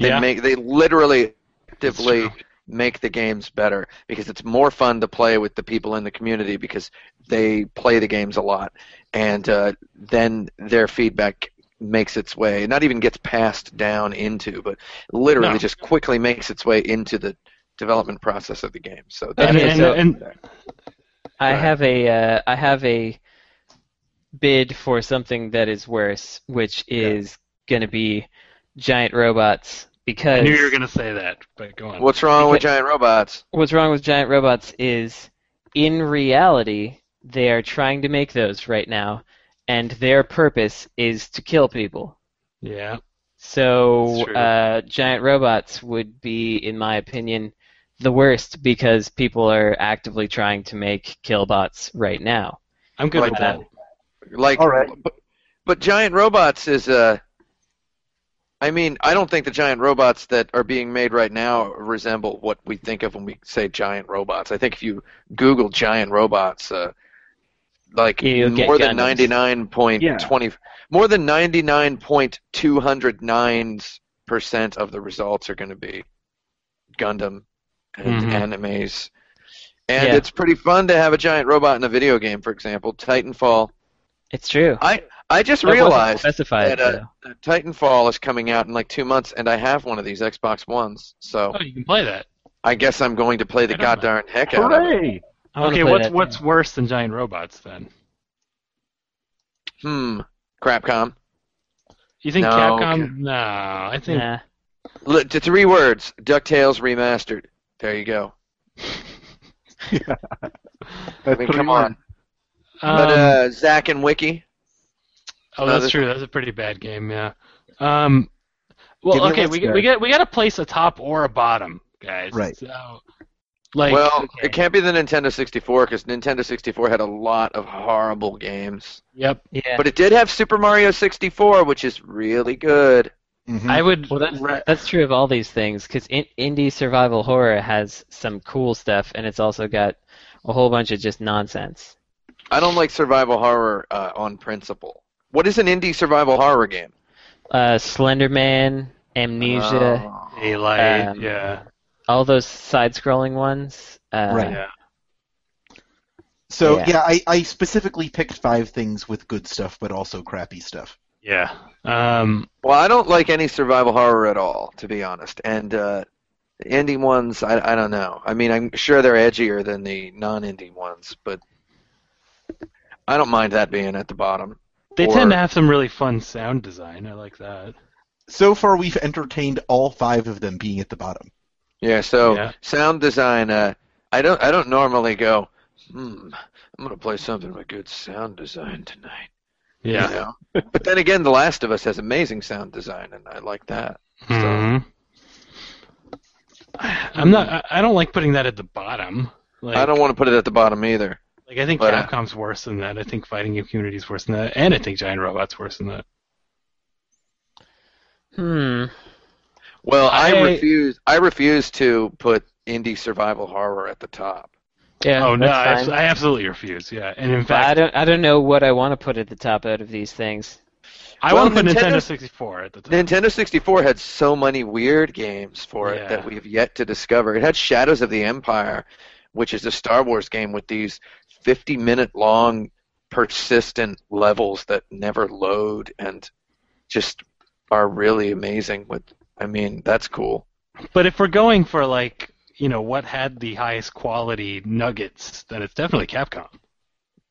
Speaker 4: They
Speaker 1: yeah,
Speaker 4: make they literally
Speaker 1: that's
Speaker 4: actively
Speaker 1: true.
Speaker 4: make the games better because it's more fun to play with the people in the community because they play the games a lot and uh, then their feedback makes its way not even gets passed down into but literally
Speaker 1: No.
Speaker 4: just quickly makes its way into the development process of the game so
Speaker 1: And,
Speaker 4: that
Speaker 2: Okay,
Speaker 1: and,
Speaker 2: so-
Speaker 1: and-
Speaker 2: I
Speaker 1: Right.
Speaker 2: have a uh, I have a bid for something that is worse, which is going to be giant robots. Because
Speaker 1: I knew you were gonna say that, but go on.
Speaker 4: what's wrong with giant robots
Speaker 2: what's wrong with giant robots is, in reality, they are trying to make those right now, and their purpose is to kill people.
Speaker 1: yeah, That's
Speaker 2: So
Speaker 1: true.
Speaker 2: uh, giant robots would be, in my opinion, the worst because people are actively trying to make killbots right now.
Speaker 1: I'm good
Speaker 4: Like
Speaker 1: with
Speaker 2: that.
Speaker 1: that.
Speaker 4: like
Speaker 3: All right.
Speaker 4: but, but giant robots is uh I mean, I don't think the giant robots that are being made right now resemble what we think of when we say giant robots. I think if you Google giant robots, uh, like
Speaker 2: You'll get
Speaker 4: more than
Speaker 2: Gundams.
Speaker 4: ninety nine point twenty, more than ninety nine point two hundred nine percent of the results are going to be Gundam and
Speaker 1: Mhm.
Speaker 4: animes. And
Speaker 2: Mm-hmm. Yeah.
Speaker 4: it's pretty fun to have a giant robot in a video game, for example. Titanfall
Speaker 2: It's true.
Speaker 4: I I just
Speaker 2: It wasn't
Speaker 4: realized
Speaker 2: specified,
Speaker 4: that, uh,
Speaker 2: though.
Speaker 4: that Titanfall is coming out in like two months, and I have one of these Xbox Ones, so
Speaker 1: Oh, you can play that.
Speaker 4: I guess I'm going to play the
Speaker 1: Right on.
Speaker 4: goddamn heck out of it.
Speaker 3: Hooray!
Speaker 2: I wanna
Speaker 1: okay,
Speaker 2: play
Speaker 1: what's
Speaker 2: that
Speaker 1: what's
Speaker 2: too.
Speaker 1: worse than giant robots then?
Speaker 4: Hmm. Crapcom.
Speaker 1: You think
Speaker 4: No,
Speaker 1: Capcom?
Speaker 4: okay.
Speaker 1: No, I think
Speaker 2: Nah.
Speaker 4: L- to three words. Ducktales remastered. There you go. I mean, come on.
Speaker 1: um,
Speaker 4: but uh, Zach and Wiki.
Speaker 1: Oh,
Speaker 4: Uh,
Speaker 1: that's
Speaker 4: this-
Speaker 1: true. That's a pretty bad game. Yeah. Um. Well,
Speaker 3: Give me a
Speaker 1: okay,
Speaker 3: list
Speaker 1: we,
Speaker 3: there.
Speaker 1: we got we got to place a top or a bottom, guys.
Speaker 3: Right.
Speaker 1: So, like,
Speaker 4: well,
Speaker 1: okay,
Speaker 4: it can't be the Nintendo 64 because Nintendo 64 had a lot of horrible games,
Speaker 1: yep.
Speaker 2: Yeah.
Speaker 4: but it did have Super Mario 64, which is really good.
Speaker 3: Mhm.
Speaker 1: I would.
Speaker 2: Well, that's,
Speaker 1: re-
Speaker 2: that's true of all these things because in, indie survival horror has some cool stuff, and it's also got a whole bunch of just nonsense.
Speaker 4: I don't like survival horror uh, on principle. What is an indie survival horror game?
Speaker 2: Uh, Slenderman, Amnesia,
Speaker 4: Oh.
Speaker 1: Daylight,
Speaker 2: Um,
Speaker 1: yeah,
Speaker 2: all those side-scrolling ones. Uh,
Speaker 3: Right.
Speaker 1: yeah.
Speaker 3: So
Speaker 2: Yeah.
Speaker 3: yeah, I, I specifically picked five things with good stuff, but also crappy stuff.
Speaker 1: Yeah. Um,
Speaker 4: Well, I don't like any survival horror at all, to be honest. And uh, the indie ones, I, I don't know. I mean, I'm sure they're edgier than the non-indie ones, but I don't mind that being at the bottom.
Speaker 1: they
Speaker 4: Or-
Speaker 1: tend to have some really fun sound design. I like that.
Speaker 3: So far, we've entertained all five of them being at the bottom.
Speaker 4: Yeah. So
Speaker 1: Yeah.
Speaker 4: sound design, uh, I don't, I don't normally go. Hmm. I'm gonna play something with good sound design tonight. you
Speaker 1: Yeah.
Speaker 4: know? but then again, The Last of Us has amazing sound design, and I like that.
Speaker 1: Mhm. I- Mm-hmm. I'm not. I- I don't like putting that at the bottom. Like,
Speaker 4: I don't want to put it at the bottom either.
Speaker 1: Like I think
Speaker 4: But, uh,
Speaker 1: Capcom's worse than that. I think Fighting Game Community is worse than that, and I think Giant Robot's worse than that.
Speaker 2: Hmm.
Speaker 4: Well, I,
Speaker 1: I-
Speaker 4: refuse. I refuse to put indie survival horror at the top.
Speaker 2: Yeah.
Speaker 1: oh no,
Speaker 2: that's
Speaker 1: I,
Speaker 2: fine.
Speaker 1: abs- I absolutely refuse. Yeah, and in
Speaker 2: But I
Speaker 1: fact,
Speaker 2: don't. I don't know what I want to put at the top out of these things.
Speaker 1: I,
Speaker 4: Well,
Speaker 1: want to put Nintendo,
Speaker 4: Nintendo's-
Speaker 1: 64 at the top.
Speaker 4: Nintendo 64 had so many weird games for it
Speaker 1: Yeah.
Speaker 4: that we've yet to discover. It had Shadows of the Empire, which is a Star Wars game with these 50-minute long persistent levels that never load and just are really amazing with I mean, that's cool.
Speaker 1: But if we're going for like, you know, what had the highest quality nuggets, then it's definitely Capcom.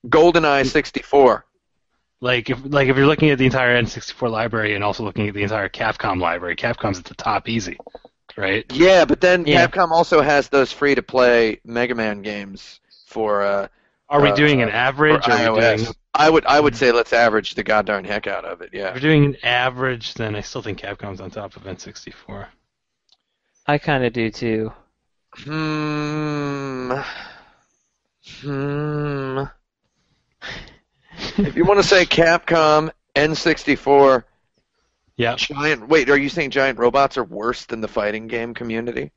Speaker 4: GoldenEye 64.
Speaker 1: Like if like if you're looking at the entire N64 library and also looking at the entire Capcom library, Capcom's at the top easy, right?
Speaker 4: Yeah, but then
Speaker 2: Yeah.
Speaker 4: Capcom also has those free-to-play Mega Man games for uh
Speaker 1: Are we
Speaker 4: Uh,
Speaker 1: doing an average?
Speaker 4: for
Speaker 1: Are we
Speaker 4: iOS.
Speaker 1: doing
Speaker 4: I would I would say let's average the goddamn heck out of it.
Speaker 1: if
Speaker 4: Yeah.
Speaker 1: we're doing an average, then I still think Capcom's on top of N64.
Speaker 2: I kind of do too.
Speaker 4: Hmm. Hmm. if you want to say Capcom N64
Speaker 1: Yeah.
Speaker 4: giant wait, are you saying giant robots are worse than the fighting game community?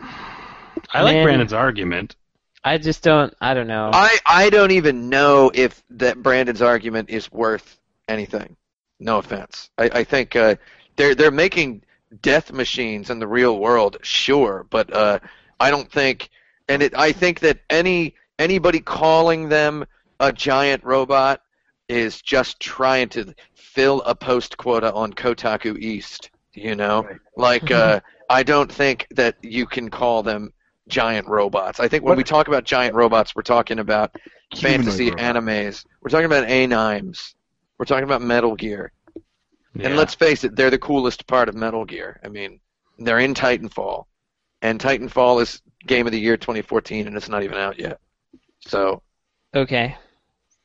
Speaker 1: I like
Speaker 2: Man.
Speaker 1: Brandon's argument.
Speaker 2: I just don't. I don't
Speaker 1: Oh.
Speaker 2: know.
Speaker 4: I I don't even know if that Brandon's argument is worth anything. No offense. I I think uh, they're they're making death machines in the real world, sure, but uh, I don't think, and it I think that any anybody calling them a giant robot is just trying to fill a post quota on Kotaku East. You know, like uh, I don't think that you can call them giant robots. I think when
Speaker 3: What-
Speaker 4: we talk about giant robots, we're talking about
Speaker 3: Humanoid
Speaker 4: fantasy
Speaker 3: robot.
Speaker 4: animes. We're talking about animes. We're talking about Metal Gear.
Speaker 1: Yeah.
Speaker 4: And let's face it, they're the coolest part of Metal Gear. I mean, they're in Titanfall, and Titanfall is Game of the Year 2014, and it's not even out yet. So
Speaker 2: okay.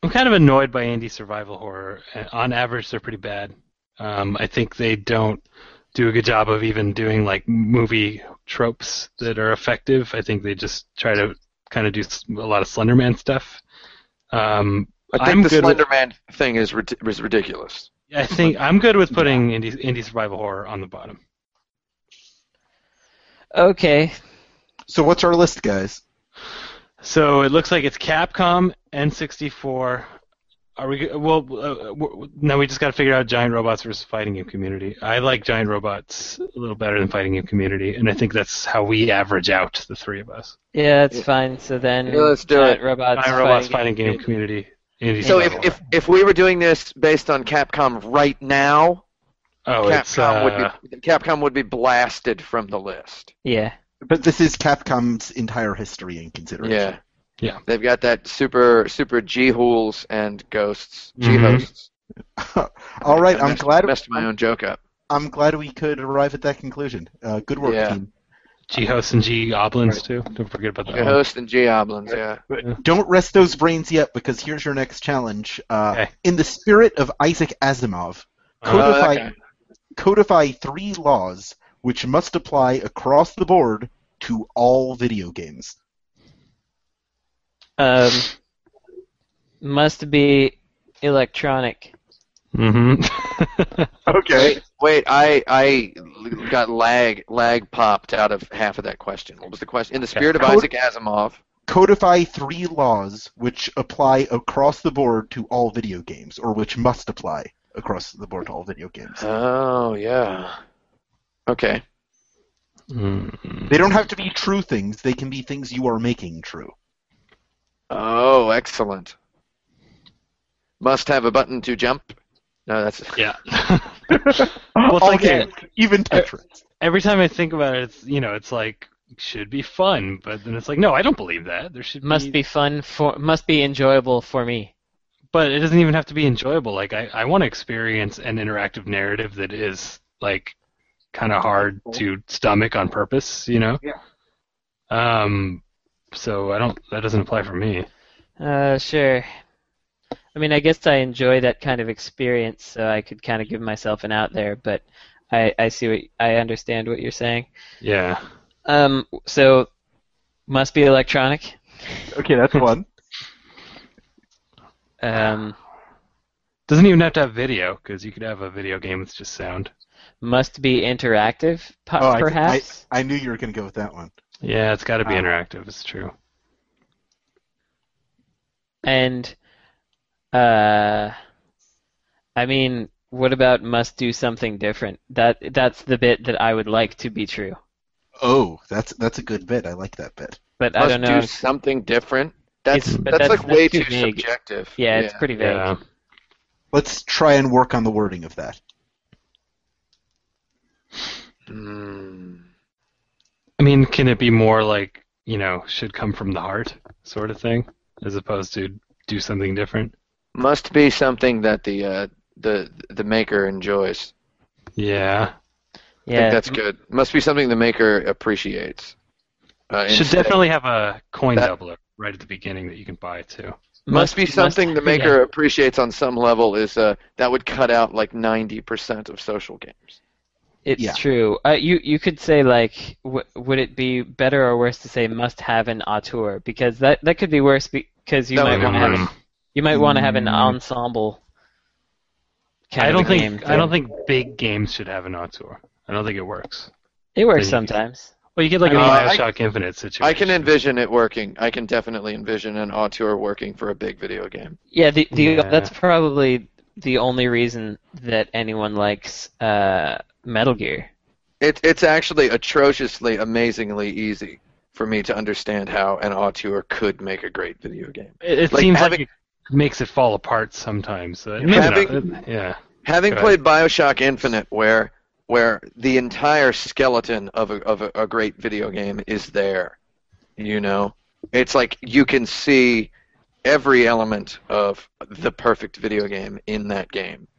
Speaker 1: I'm kind of annoyed by indie survival horror. Uh, On average, they're pretty bad. Um, I think they don't do a good job of even doing like movie tropes that are effective. I think they just try to kind of do s- a lot of Slenderman stuff. Um,
Speaker 4: I think
Speaker 1: I'm
Speaker 4: the
Speaker 1: good with-
Speaker 4: Slender Man thing is rid- is ridiculous.
Speaker 1: I think I'm good with putting indie, indie survival horror on the bottom.
Speaker 2: Okay.
Speaker 3: So what's our list, guys?
Speaker 1: So it looks like it's Capcom, N64. Are we g- well? Uh, w- now we just got to figure out giant robots versus fighting game community. I like giant robots a little better than fighting game community, and I think that's how we average out the three of us.
Speaker 2: Yeah, that's fine. So then,
Speaker 4: Yeah, let's do
Speaker 2: giant
Speaker 4: it.
Speaker 2: robots.
Speaker 1: Giant robots,
Speaker 2: fighting-
Speaker 1: fighting game community. indie
Speaker 4: So if,
Speaker 1: survival
Speaker 4: if
Speaker 1: horror.
Speaker 4: if we were doing this based on Capcom right now,
Speaker 1: oh, it's
Speaker 4: Capcom
Speaker 1: uh,
Speaker 4: would be Capcom would be blasted from the list.
Speaker 2: Yeah.
Speaker 3: But this is Capcom's entire history in consideration.
Speaker 4: Yeah.
Speaker 1: Yeah.
Speaker 4: They've got that super super G hools and ghosts. G
Speaker 1: Mhm.
Speaker 4: hosts.
Speaker 3: All right,
Speaker 4: I
Speaker 3: I'm
Speaker 4: messed-
Speaker 3: glad
Speaker 4: messed my own joke up.
Speaker 3: I'm glad we could arrive at that conclusion. Uh, good work,
Speaker 4: Yeah.
Speaker 3: team.
Speaker 1: G hosts and G goblins too. Don't forget about
Speaker 4: G
Speaker 1: that.
Speaker 4: host and G oblins, yeah.
Speaker 3: Don't rest those brains yet, because here's your next challenge. Uh,
Speaker 1: Okay.
Speaker 3: In the spirit of Isaac Asimov,
Speaker 1: one.
Speaker 4: Uh,
Speaker 1: Uh,
Speaker 3: codify,
Speaker 4: okay.
Speaker 3: codify three laws which must apply across the board to all video games.
Speaker 2: Um. Must be electronic.
Speaker 1: mm-hmm.
Speaker 3: Okay.
Speaker 4: Wait, wait, I I got lag lag popped out of half of that question. What was the question? In the spirit of
Speaker 3: Code-
Speaker 4: Isaac Asimov.
Speaker 3: Codify three laws which apply across the board to all video games, or which must apply across the board to all video games.
Speaker 4: Oh yeah. Okay.
Speaker 1: Mm.
Speaker 3: They don't have to be true things, they can be things you are making true.
Speaker 4: Oh, excellent. Must have a button to jump. No, that's
Speaker 1: Yeah.
Speaker 3: all
Speaker 1: it's like
Speaker 3: games, even Tetris.
Speaker 1: Every time I think about it, it's, you know, it's like should be fun, but then it's like, no, I don't believe that. There should
Speaker 2: Must be fun for. Must be enjoyable for me.
Speaker 1: but it doesn't even have to be enjoyable. Like I, I want to experience an interactive narrative that is like kind of hard to stomach on purpose, you know.
Speaker 3: Yeah.
Speaker 1: Um, so I don't. That doesn't apply for me.
Speaker 2: Uh, sure. I mean, I guess I enjoy that kind of experience, so I could kind of give myself an out there. But I, I see what I understand what you're saying.
Speaker 1: Yeah.
Speaker 2: Um, so must be electronic.
Speaker 3: Okay, that's one.
Speaker 2: Um,
Speaker 1: Doesn't even have to have video because you could have a video game with just sound.
Speaker 2: must be interactive, po-
Speaker 3: Oh, I-
Speaker 2: perhaps.
Speaker 3: I knew you were going to go with that one.
Speaker 1: Yeah, it's got to be
Speaker 3: Ah.
Speaker 1: interactive. It's true.
Speaker 2: And uh, I mean, what about must do something different? That that's the bit that I would like to be true,
Speaker 3: Oh, that's that's a good bit. I like that bit.
Speaker 2: but I
Speaker 4: must
Speaker 2: don't know.
Speaker 4: do something different. That's
Speaker 2: It's- but
Speaker 4: that's,
Speaker 2: that's-
Speaker 4: like
Speaker 2: that's
Speaker 4: way
Speaker 2: too
Speaker 4: too,
Speaker 2: vague.
Speaker 4: subjective.
Speaker 2: yeah, it's pretty vague.
Speaker 1: Yeah.
Speaker 3: Let's try and work on the wording of that.
Speaker 4: Hmm.
Speaker 1: I mean, can it be more like you know should come from the heart sort of thing as opposed to do something different?
Speaker 4: Must be something that the uh, the the maker enjoys.
Speaker 1: Yeah.
Speaker 4: I think
Speaker 2: Yeah,
Speaker 4: that's good. Must be something the maker appreciates. Uh,
Speaker 1: Should
Speaker 4: instead-
Speaker 1: definitely have a coin
Speaker 4: That-
Speaker 1: doubler right at the beginning that you can buy too.
Speaker 4: Must, be something the
Speaker 2: yeah.
Speaker 4: maker appreciates on some level is uh, that would cut out like ninety percent of social games.
Speaker 2: It's
Speaker 3: Yeah.
Speaker 2: true. Uh, you you could say like, w- would it be better or worse to say must have an auteur because that that could be worse because you
Speaker 4: That
Speaker 2: might
Speaker 4: would be
Speaker 2: want to have
Speaker 1: Mm.
Speaker 2: you might want to have an
Speaker 3: Mm.
Speaker 2: ensemble. Kind
Speaker 1: I
Speaker 2: of
Speaker 1: don't
Speaker 2: a
Speaker 1: think
Speaker 2: game
Speaker 1: I don't
Speaker 2: thing.
Speaker 1: think big games should have an auteur. I don't think it works.
Speaker 2: it works
Speaker 1: then you-
Speaker 2: sometimes.
Speaker 1: Well, you get like
Speaker 4: I
Speaker 1: an
Speaker 4: mean, I-
Speaker 1: Bioshock Infinite situation.
Speaker 4: I can envision it working. I can definitely envision an auteur working for a big video game.
Speaker 2: Yeah, the, the
Speaker 1: Yeah.
Speaker 2: that's probably the only reason that anyone likes uh, Metal Gear.
Speaker 4: It, it's actually atrociously, amazingly easy for me to understand how an auteur could make a great video game.
Speaker 1: It, it
Speaker 4: like,
Speaker 1: seems
Speaker 4: having-
Speaker 1: like it makes it fall apart sometimes. So maybe
Speaker 4: Having-
Speaker 1: not. It- yeah,
Speaker 4: Having
Speaker 1: Go
Speaker 4: played Bioshock Infinite, where where the entire skeleton of a, of a, a great video game is there, you know, it's like you can see every element of the perfect video game in that game,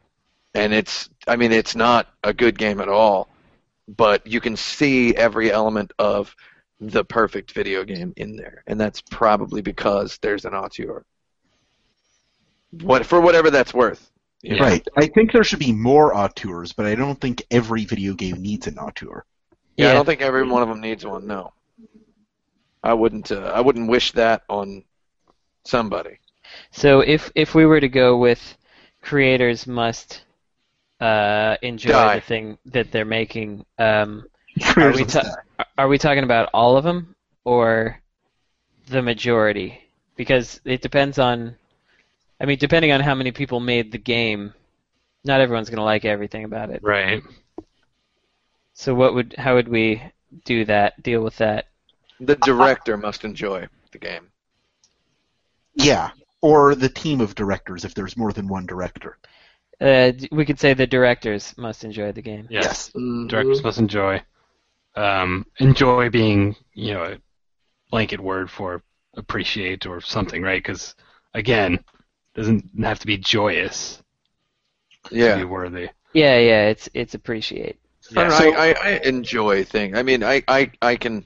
Speaker 4: and it's I mean it's not a good game at all, but you can see every element of the perfect video game in there, and that's probably because there's an auteur. What for whatever that's worth. you know?
Speaker 3: Right. I think there should be more auteurs, but I don't think every video game needs an auteur.
Speaker 4: Yeah, I don't think every one of them needs one. No, I wouldn't. Uh, I wouldn't wish that on somebody.
Speaker 2: So if if we were to go with creators must uh, enjoy
Speaker 4: Die.
Speaker 2: the thing that they're making, um, are
Speaker 3: Creators
Speaker 2: we
Speaker 3: of
Speaker 2: ta-
Speaker 3: style.
Speaker 2: are we talking about all of them or the majority? Because it depends on. I mean, depending on how many people made the game, not everyone's going to like everything about it.
Speaker 1: right.
Speaker 2: So what would how would we do that? Deal with that?
Speaker 4: The director must enjoy the game.
Speaker 3: yeah, or the team of directors if there's more than one director.
Speaker 2: Uh, d- we could say the directors must enjoy the game.
Speaker 1: Yes. Directors must enjoy. Um, enjoy being you know a blanket word for appreciate or something, right? Because again, doesn't have to be joyous to be
Speaker 4: Yeah,
Speaker 1: worthy.
Speaker 2: Yeah, yeah, it's it's appreciate.
Speaker 4: I,
Speaker 1: Yeah.
Speaker 4: don't know, I, I, I enjoy things. I mean, I, I, I can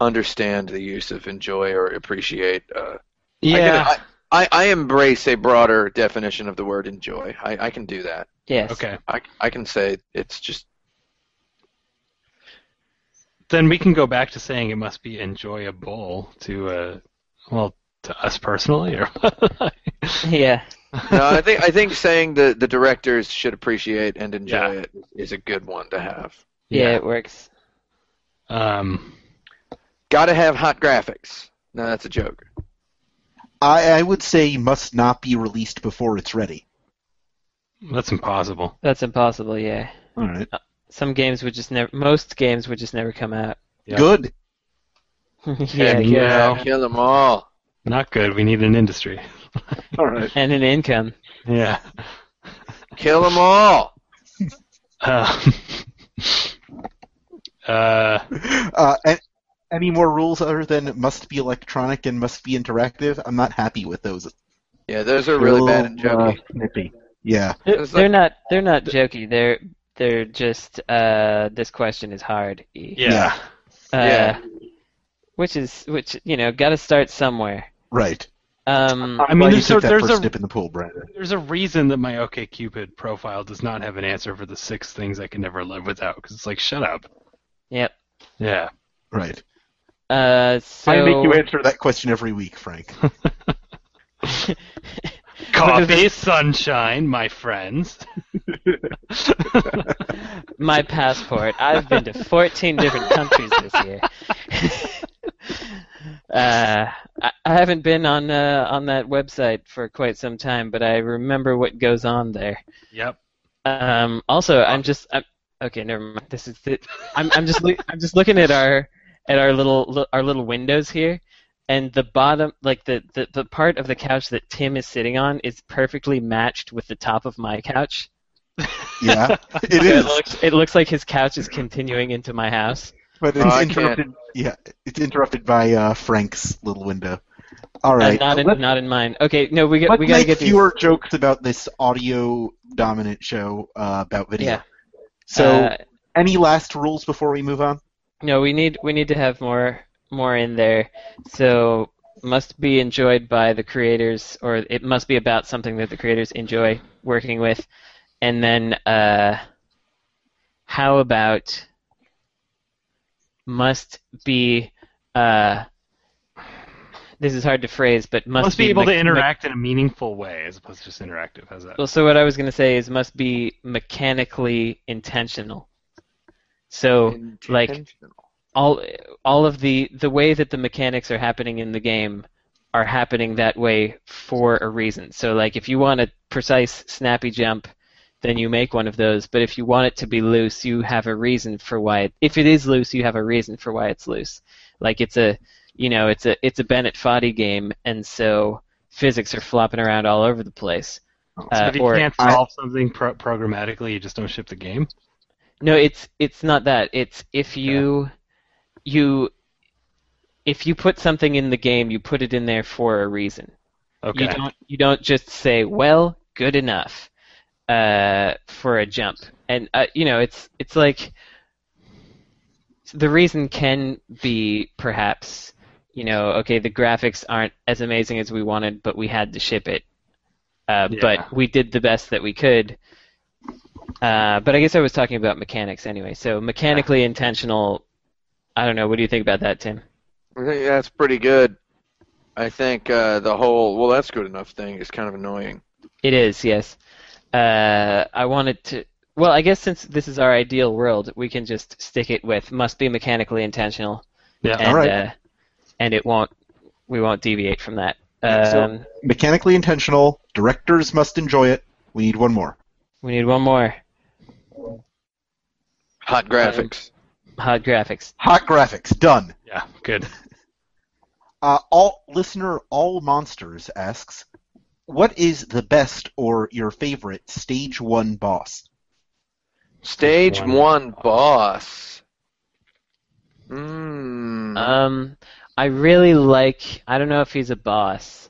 Speaker 4: understand the use of enjoy or appreciate. Uh, I,
Speaker 1: yeah.
Speaker 4: can, I, I, I embrace a broader definition of the word enjoy. I, I can do that.
Speaker 2: Yes.
Speaker 1: okay.
Speaker 4: I, I can say it's just
Speaker 1: then we can go back to saying it must be enjoyable to uh well to us personally or
Speaker 2: Yeah.
Speaker 4: No, I think I think saying the the directors should appreciate and enjoy
Speaker 1: Yeah.
Speaker 4: it is a good one to have.
Speaker 2: Yeah, it works.
Speaker 1: Um,
Speaker 4: Got to have hot graphics. No, that's a joke.
Speaker 3: I, I would say must not be released before it's ready.
Speaker 1: that's impossible.
Speaker 2: That's impossible. Yeah.
Speaker 4: Hmm.
Speaker 3: All right.
Speaker 2: Some games would just never. Most games would just never come out.
Speaker 1: Yeah.
Speaker 3: Good.
Speaker 2: yeah,
Speaker 1: you
Speaker 2: yeah.
Speaker 1: know.
Speaker 4: Kill them all.
Speaker 1: Not good. We need an industry.
Speaker 3: All right.
Speaker 2: And an income.
Speaker 1: Yeah.
Speaker 4: Kill them all.
Speaker 1: Um, uh,
Speaker 3: Uh, a- any more rules other than must be electronic and must be interactive? I'm not happy with those.
Speaker 4: Yeah, those are really bad and
Speaker 3: Real, uh,
Speaker 4: jokey.
Speaker 3: snippy. Yeah.
Speaker 2: They're,
Speaker 4: It's like-
Speaker 2: they're not. They're not jokey. They're. They're just. Uh, this question is hard. E.
Speaker 1: yeah.
Speaker 2: Uh,
Speaker 4: Yeah.
Speaker 2: Which is which you know got to start somewhere.
Speaker 3: Right.
Speaker 2: Um,
Speaker 1: I mean,
Speaker 3: Why you
Speaker 1: there's,
Speaker 3: took
Speaker 1: a,
Speaker 3: that
Speaker 1: there's,
Speaker 3: first
Speaker 1: a,
Speaker 3: dip in the pool, Brandon.
Speaker 1: there's a reason that my OKCupid profile does not have an answer for the six things I can never live without. Because it's like, shut up.
Speaker 2: yep.
Speaker 1: Yeah.
Speaker 3: Right.
Speaker 2: Uh, so
Speaker 3: I make you answer that question every week, Frank.
Speaker 1: Coffee, sunshine, my friends.
Speaker 2: my passport. I've been to 14 different countries this year. uh, I, I haven't been on uh, on that website for quite some time, but I remember what goes on there.
Speaker 1: Yep.
Speaker 2: Um, also, I'm just I'm, okay. Never mind. This is the, I'm I'm just loo- I'm just looking at our at our little lo- our little windows here, and the bottom like the, the the part of the couch that Tim is sitting on is perfectly matched with the top of my couch.
Speaker 3: yeah, it
Speaker 2: It
Speaker 3: is.
Speaker 2: looks it looks like his couch is continuing into my house. Uh,
Speaker 3: But it's
Speaker 4: Oh, I can't.
Speaker 3: interrupted. Yeah, it's interrupted by uh, Frank's little window. All right.
Speaker 2: Uh, not in
Speaker 3: let's
Speaker 2: not in mine. Okay, no, we got
Speaker 3: let's
Speaker 2: we gotta
Speaker 3: make
Speaker 2: get
Speaker 3: fewer jokes about this audio dominant show uh, about
Speaker 2: these.
Speaker 3: video.
Speaker 2: Yeah.
Speaker 3: So,
Speaker 2: Uh,
Speaker 3: any last rules before we move on?
Speaker 2: no, we need we need to have more more in there. So must be enjoyed by the creators, or it must be about something that the creators enjoy working with. And then, uh, how about must be? Uh, this is hard to phrase, but must,
Speaker 1: Must, be, able
Speaker 2: mech-
Speaker 1: to
Speaker 2: mech-
Speaker 1: interact in a meaningful way as opposed to just interactive. How's that?
Speaker 2: Well, so what I was going to say is must be mechanically intentional. So like-
Speaker 4: Intentional.
Speaker 2: all all of the the way that the mechanics are happening in the game are happening that way for a reason. So like if you want a precise snappy jump, then you make one of those, but if you want it to be loose, you have a reason for why it, if it is loose, you have a reason for why it's loose. Like it's a you know, it's a it's a Bennett Foddy game and so physics are flopping around all over the place.
Speaker 1: so
Speaker 2: Uh,
Speaker 1: if you
Speaker 2: or-
Speaker 1: can't
Speaker 3: I-
Speaker 1: solve something pro- programmatically, you just don't ship the game.
Speaker 2: No, it's it's not that. It's if you you if you put something in the game, you put it in there for a reason.
Speaker 1: Okay.
Speaker 2: You don't you don't just say, "Well, good enough," uh, for a jump. And uh, you know, it's it's like the reason can be perhaps you know, okay, the graphics aren't as amazing as we wanted, but we had to ship it. Uh,
Speaker 1: Yeah.
Speaker 2: But we did the best that we could. Uh, but I guess I was talking about mechanics anyway. So mechanically intentional. I don't know. What do you think about that, Tim?
Speaker 4: I think that's pretty good. I think uh, the whole well, that's good enough thing is kind of annoying.
Speaker 2: It is, yes. Uh, I wanted to. Well, I guess since this is our ideal world, we can just stick it with must be mechanically intentional,
Speaker 1: yeah.
Speaker 2: and
Speaker 3: right.
Speaker 2: uh, and it won't we won't deviate from that.
Speaker 4: Yeah, so-
Speaker 2: Um,
Speaker 3: Mechanically intentional. Directors must enjoy it. We need one more.
Speaker 2: we need one more
Speaker 4: Hot graphics.
Speaker 2: hot graphics.
Speaker 3: Hot graphics. Done.
Speaker 1: yeah. Good.
Speaker 3: Uh, all listener, all monsters asks, what is the best or your favorite stage one boss?
Speaker 4: Stage
Speaker 1: One.
Speaker 4: one boss. Mm.
Speaker 2: Um, I really like. I don't know if he's a boss.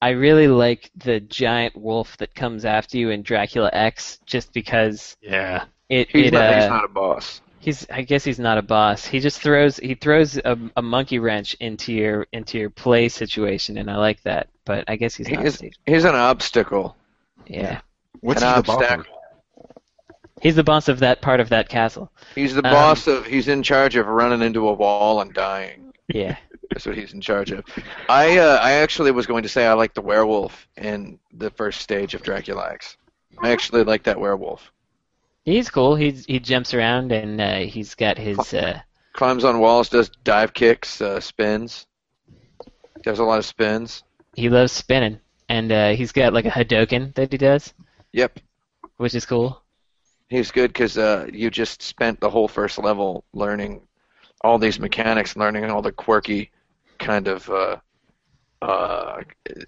Speaker 2: I really like the giant wolf that comes after you in Dracula X, just because
Speaker 1: Yeah.
Speaker 2: it
Speaker 4: he's,
Speaker 2: it
Speaker 4: not,
Speaker 2: uh,
Speaker 4: he's not a boss.
Speaker 2: He's. I guess he's not a boss. He just throws. He throws a, a monkey wrench into your into your play situation, and I like that. But I guess he's
Speaker 4: He
Speaker 2: not.
Speaker 4: is-
Speaker 2: Steve.
Speaker 4: He's an obstacle.
Speaker 2: Yeah,
Speaker 3: What's
Speaker 4: an
Speaker 3: he the boss
Speaker 4: obstacle.
Speaker 3: of?
Speaker 2: he's the boss of that part of that castle.
Speaker 4: He's the
Speaker 2: Um,
Speaker 4: boss of. He's in charge of running into a wall and dying.
Speaker 2: Yeah.
Speaker 4: That's what he's in charge of. I uh, I actually was going to say I like the werewolf in the first stage of Dracula X. I actually like that werewolf.
Speaker 2: He's cool. He's he jumps around and uh, he's got his uh,
Speaker 4: Climbs on walls, does dive kicks, uh, spins. Does a lot of spins.
Speaker 2: he loves spinning and uh, he's got like a Hadoken that he does,
Speaker 4: Yep,
Speaker 2: which is cool.
Speaker 4: he's good because uh, you just spent the whole first level learning all these mechanics, learning all the quirky kind of uh, uh,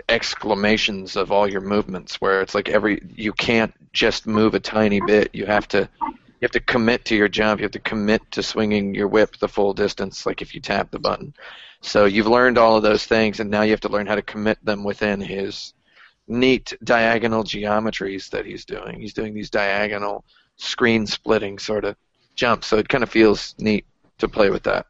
Speaker 4: exclamations of all your movements. Where it's like every you can't just move a tiny bit. You have to you have to commit to your jump. You have to commit to swinging your whip the full distance. Like if you tap the button. So you've learned all of those things, and now you have to learn how to commit them within his neat diagonal geometries that he's doing. He's doing these diagonal screen splitting sort of jump. So it kind of feels neat to play with that.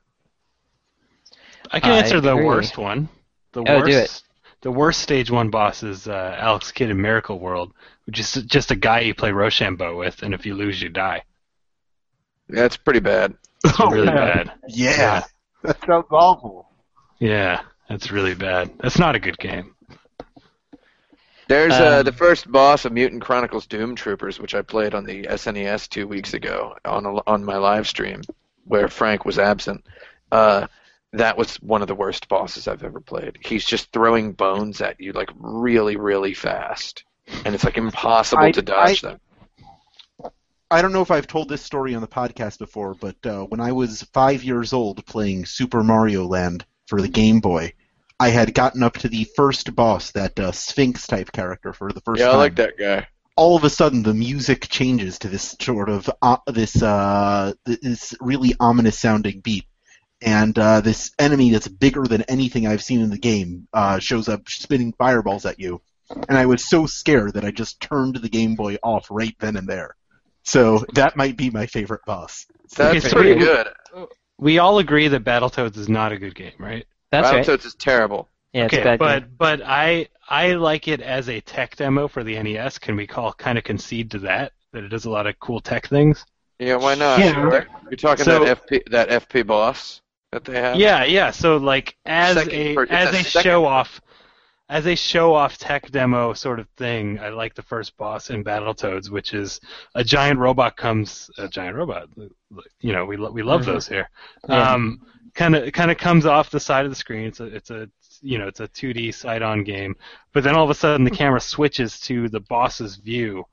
Speaker 1: I can
Speaker 2: I
Speaker 1: answer the
Speaker 2: agree.
Speaker 1: worst one. The
Speaker 2: Oh,
Speaker 1: worst, The
Speaker 2: do
Speaker 1: worst stage one boss is uh, Alex Kidd in Miracle World, which is just a guy you play Rochambeau with, and if you lose, you die.
Speaker 4: That's pretty bad.
Speaker 1: It's really bad.
Speaker 3: Yeah. That sounds awful.
Speaker 1: Yeah, that's really bad. That's not a good game.
Speaker 4: There's uh,
Speaker 2: Um,
Speaker 4: the first boss of Mutant Chronicles Doom Troopers, which I played on the SNES two weeks ago on a, on my live stream where Frank was absent. Uh, that was one of the worst bosses I've ever played. He's just throwing bones at you like really, really fast, and it's like impossible
Speaker 3: I-
Speaker 4: to dodge
Speaker 3: I-
Speaker 4: them.
Speaker 3: I don't know if I've told this story on the podcast before, but uh, when I was five years old playing Super Mario Land for the Game Boy, I had gotten up to the first boss, that uh, Sphinx type character, for the first
Speaker 4: Yeah,
Speaker 3: time.
Speaker 4: I like that guy.
Speaker 3: All of a sudden, the music changes to this sort of uh, this uh, this really ominous sounding beat, and uh, this enemy that's bigger than anything I've seen in the game uh, shows up spinning fireballs at you, and I was so scared that I just turned the Game Boy off right then and there. So that might be my favorite boss.
Speaker 4: That's
Speaker 1: Okay, so
Speaker 4: pretty
Speaker 1: we-
Speaker 4: good.
Speaker 1: We all agree that Battletoads is not a good game, right?
Speaker 2: That's right.
Speaker 4: Battletoads is terrible.
Speaker 2: Yeah, it's a
Speaker 1: okay,
Speaker 2: bad
Speaker 1: but
Speaker 2: game.
Speaker 1: but I I like it as a tech demo for the NES. Can we call kind of concede to that that it does a lot of cool tech things?
Speaker 4: Yeah, why not?
Speaker 3: Yeah.
Speaker 4: Sure. You're talking
Speaker 1: So-
Speaker 4: that FP that FP boss that they have.
Speaker 1: Yeah, yeah. So like as
Speaker 4: Second
Speaker 1: a
Speaker 4: per- it's
Speaker 1: as
Speaker 4: a
Speaker 1: a
Speaker 4: second.
Speaker 1: show off, as a show off tech demo sort of thing, I like the first boss in Battletoads, which is a giant robot comes a giant robot. You know, we lo- we love
Speaker 2: Mhm.
Speaker 1: those here.
Speaker 2: Yeah.
Speaker 1: Um, kind of kind of comes off the side of the screen. It's a it's a you know it's a 2D side on game, but then all of a sudden the camera switches to the boss's view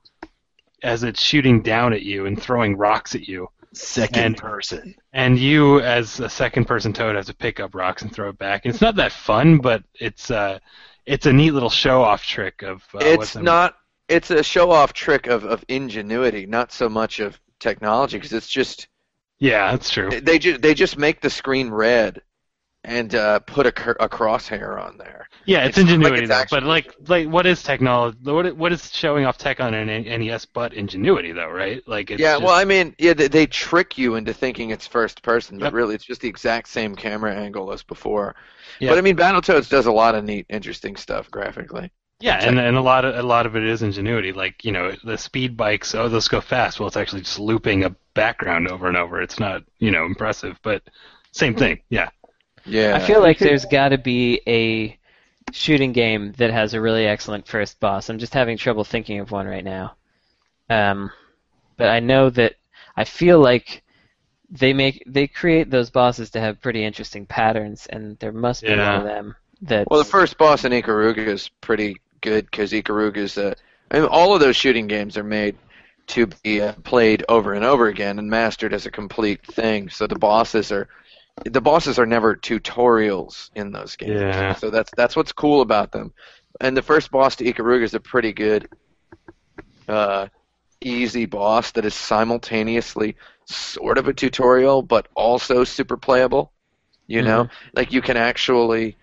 Speaker 1: as it's shooting down at you and throwing rocks at you.
Speaker 3: Second
Speaker 1: And-
Speaker 3: person.
Speaker 1: And you, as a second-person toad, have to pick up rocks and throw it back. And it's not that fun, but it's uh, it's a neat little show-off trick of. Uh,
Speaker 4: it's
Speaker 1: what's in-
Speaker 4: not. It's a show-off trick of, of ingenuity, not so much of technology, because it's just
Speaker 1: Yeah, that's true.
Speaker 4: they just they just make the screen red, and uh, put a, cur- a crosshair on there.
Speaker 1: yeah, it's,
Speaker 4: it's not like
Speaker 1: ingenuity,
Speaker 4: it's
Speaker 1: though,
Speaker 4: actually-
Speaker 1: but like, like, what is technology? What i- what is showing off tech on an N- NES but ingenuity, though, right? Like, it's
Speaker 4: yeah,
Speaker 1: just-
Speaker 4: well, I mean, yeah, they, they trick you into thinking it's first person, but
Speaker 1: Yep.
Speaker 4: really it's just the exact same camera angle as before.
Speaker 1: Yeah.
Speaker 4: But I mean, Battletoads does a lot of neat, interesting stuff graphically.
Speaker 1: yeah, and and a lot of a lot of it is ingenuity. Like, you know, the speed bikes. Oh, those go fast. Well, it's actually just looping a background over and over. It's not you know impressive, but same thing. Yeah.
Speaker 4: Yeah,
Speaker 2: I feel like there's got to be a shooting game that has a really excellent first boss. I'm just having trouble thinking of one right now. Um, but I know that I feel like they make they create those bosses to have pretty interesting patterns, and there must be one of
Speaker 1: Yeah.
Speaker 2: them that.
Speaker 4: Well, the first boss in Ikaruga is pretty good because Ikaruga is a. I mean, all of those shooting games are made to be uh, played over and over again and mastered as a complete thing. So the bosses are, the bosses are never tutorials in those games.
Speaker 1: Yeah.
Speaker 4: So that's that's what's cool about them. And the first boss to Ikaruga is a pretty good, uh, easy boss that is simultaneously sort of a tutorial but also super playable. You know, like you can actually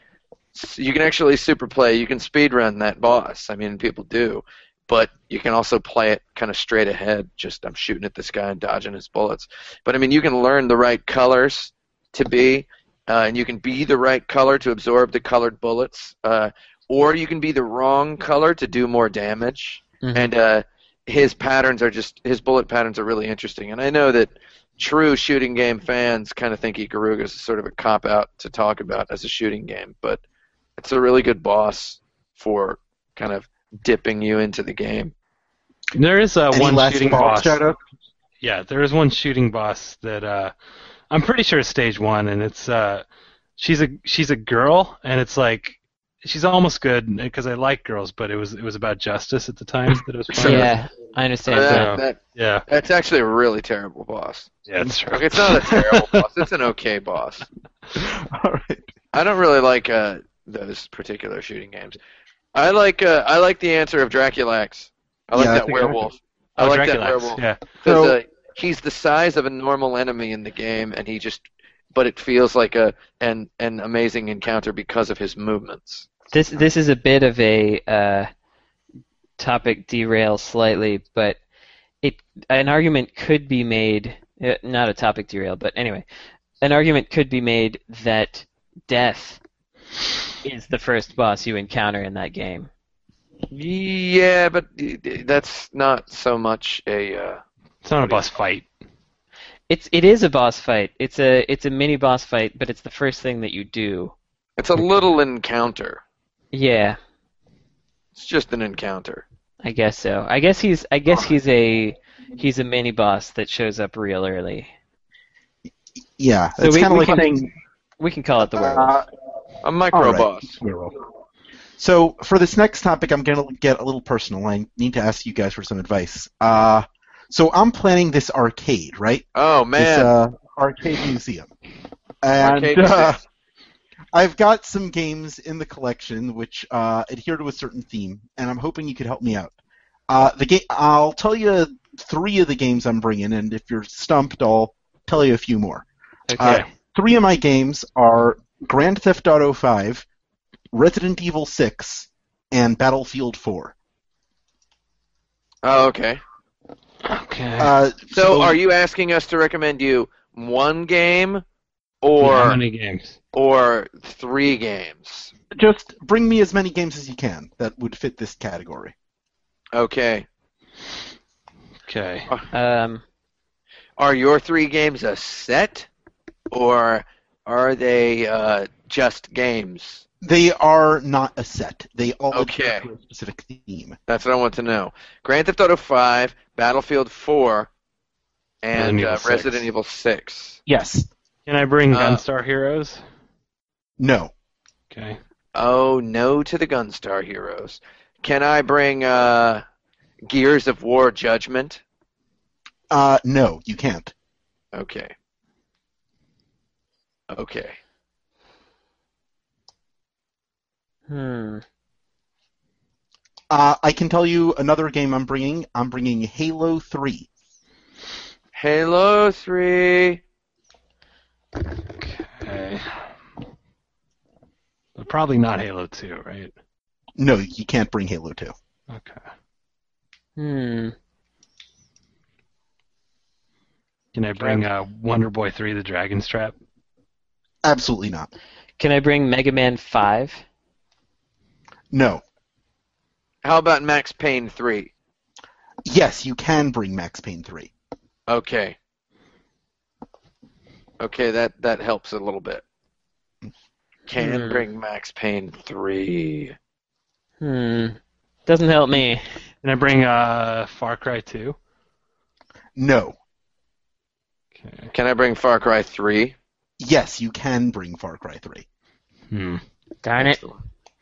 Speaker 4: you can actually super play. You can speed run that boss. I mean, people do, but you can also play it kind of straight ahead. Just I'm shooting at this guy and dodging his bullets. But I mean, you can learn the right colors to be, uh, and you can be the right color to absorb the colored bullets, uh, or you can be the wrong color to do more damage.
Speaker 2: Mhm.
Speaker 4: And uh, his patterns are just his bullet patterns are really interesting. And I know that true shooting game fans kind of think Ikaruga is sort of a cop out to talk about as a shooting game, but it's a really good boss for kind of dipping you into the game.
Speaker 1: There is uh,
Speaker 3: Any
Speaker 1: one
Speaker 3: last
Speaker 1: shooting
Speaker 3: ball
Speaker 1: boss.
Speaker 3: shout out?
Speaker 1: Yeah, there is one shooting boss that uh, I'm pretty sure is stage one, and it's uh, she's a she's a girl, and it's like she's almost good because I like girls, but it was it was about justice at the time that it was playing.
Speaker 2: Yeah, I understand
Speaker 1: Yeah.
Speaker 2: that.
Speaker 1: so.
Speaker 4: That, that,
Speaker 1: yeah,
Speaker 4: that's actually a really terrible boss.
Speaker 1: yeah, that's
Speaker 4: Okay,
Speaker 1: true.
Speaker 4: it's not a terrible boss. It's an okay boss.
Speaker 3: All right.
Speaker 4: I don't really like uh, those particular shooting games. I like uh, I like the answer of Draculax. I like
Speaker 3: Yeah, I
Speaker 4: that
Speaker 3: think I-
Speaker 4: werewolf. I,
Speaker 1: Oh,
Speaker 4: like that
Speaker 1: Draculax,
Speaker 4: werewolf.
Speaker 1: Yeah,
Speaker 4: 'Cause,
Speaker 3: So-
Speaker 4: uh, he's the size of a normal enemy in the game, and he just but it feels like a an an amazing encounter because of his movements.
Speaker 2: This this is a bit of a uh, topic derail slightly, but it an argument could be made uh, not a topic derail, but anyway, an argument could be made that death is the first boss you encounter in that game.
Speaker 4: Yeah, but that's not so much a. Uh,
Speaker 1: it's not a boss fight.
Speaker 2: It's it is a boss fight. It's a it's a mini boss fight, but it's the first thing that you do.
Speaker 4: it's a little encounter.
Speaker 2: Yeah,
Speaker 4: It's just an encounter.
Speaker 2: I guess so. I guess he's I guess he's a he's a mini boss that shows up real early.
Speaker 3: Yeah,
Speaker 2: So
Speaker 3: it's
Speaker 2: we-
Speaker 3: kind of
Speaker 2: we
Speaker 3: like
Speaker 2: can-
Speaker 3: saying
Speaker 2: We can call it the werewolf.
Speaker 3: uh,
Speaker 4: A micro boss.
Speaker 3: So for this next topic, I'm going to get a little personal. I need to ask you guys for some advice. Uh, so I'm planning this arcade, right?
Speaker 4: Oh
Speaker 3: This
Speaker 4: man,
Speaker 3: uh, arcade museum. And
Speaker 4: Arcade
Speaker 3: uh,
Speaker 4: museum.
Speaker 3: I've got some games in the collection which uh, adhere to a certain theme, and I'm hoping you could help me out. Uh, the game, I'll tell you three of the games I'm bringing, and if you're stumped, I'll tell you a few more.
Speaker 2: okay.
Speaker 3: three of my games are Grand Theft Auto 5, Resident Evil 6, and Battlefield 4.
Speaker 4: oh okay.
Speaker 1: Okay.
Speaker 3: Uh,
Speaker 4: So are you asking us to recommend you one game, or
Speaker 1: How many games?
Speaker 4: or three games?
Speaker 3: just bring me as many games as you can that would fit this category.
Speaker 4: Okay.
Speaker 1: Okay.
Speaker 2: Um,
Speaker 4: Are your three games a set, or are they uh, just games?
Speaker 3: They are not a set. They all adhere
Speaker 4: Okay.
Speaker 3: to a specific theme.
Speaker 4: That's what I want to know. Grand Theft Auto 5, Battlefield 4, and
Speaker 1: Resident Evil
Speaker 4: uh,
Speaker 1: 6.
Speaker 4: Resident Evil 6.
Speaker 3: Yes.
Speaker 1: Can I bring
Speaker 4: Uh,
Speaker 1: Gunstar Heroes?
Speaker 3: No.
Speaker 1: Okay.
Speaker 4: Oh no to the Gunstar Heroes. Can I bring uh, Gears of War Judgment?
Speaker 3: Uh, no, you can't.
Speaker 4: Okay. Okay.
Speaker 2: hmm.
Speaker 3: Uh, I can tell you another game I'm bringing. I'm bringing Halo 3.
Speaker 4: Halo 3.
Speaker 1: Okay. But probably not Halo 2, right?
Speaker 3: No, you can't bring Halo 2.
Speaker 1: Okay.
Speaker 2: Hmm.
Speaker 1: Can I bring uh, Wonder Boy 3 The Dragon's Trap?
Speaker 3: Absolutely not.
Speaker 2: Can I bring Mega Man Five?
Speaker 3: No.
Speaker 4: How about Max Payne 3?
Speaker 3: Yes, you can bring Max Payne 3.
Speaker 4: Okay. Okay, that that helps a little bit. Can
Speaker 2: Hmm.
Speaker 4: bring Max Payne 3.
Speaker 2: Hmm. Doesn't help me.
Speaker 1: Can I bring uh, Far Cry 2?
Speaker 3: No.
Speaker 1: Okay.
Speaker 4: Can I bring Far Cry 3?
Speaker 3: Yes, you can bring Far Cry 3.
Speaker 1: Hmm.
Speaker 2: Darn it.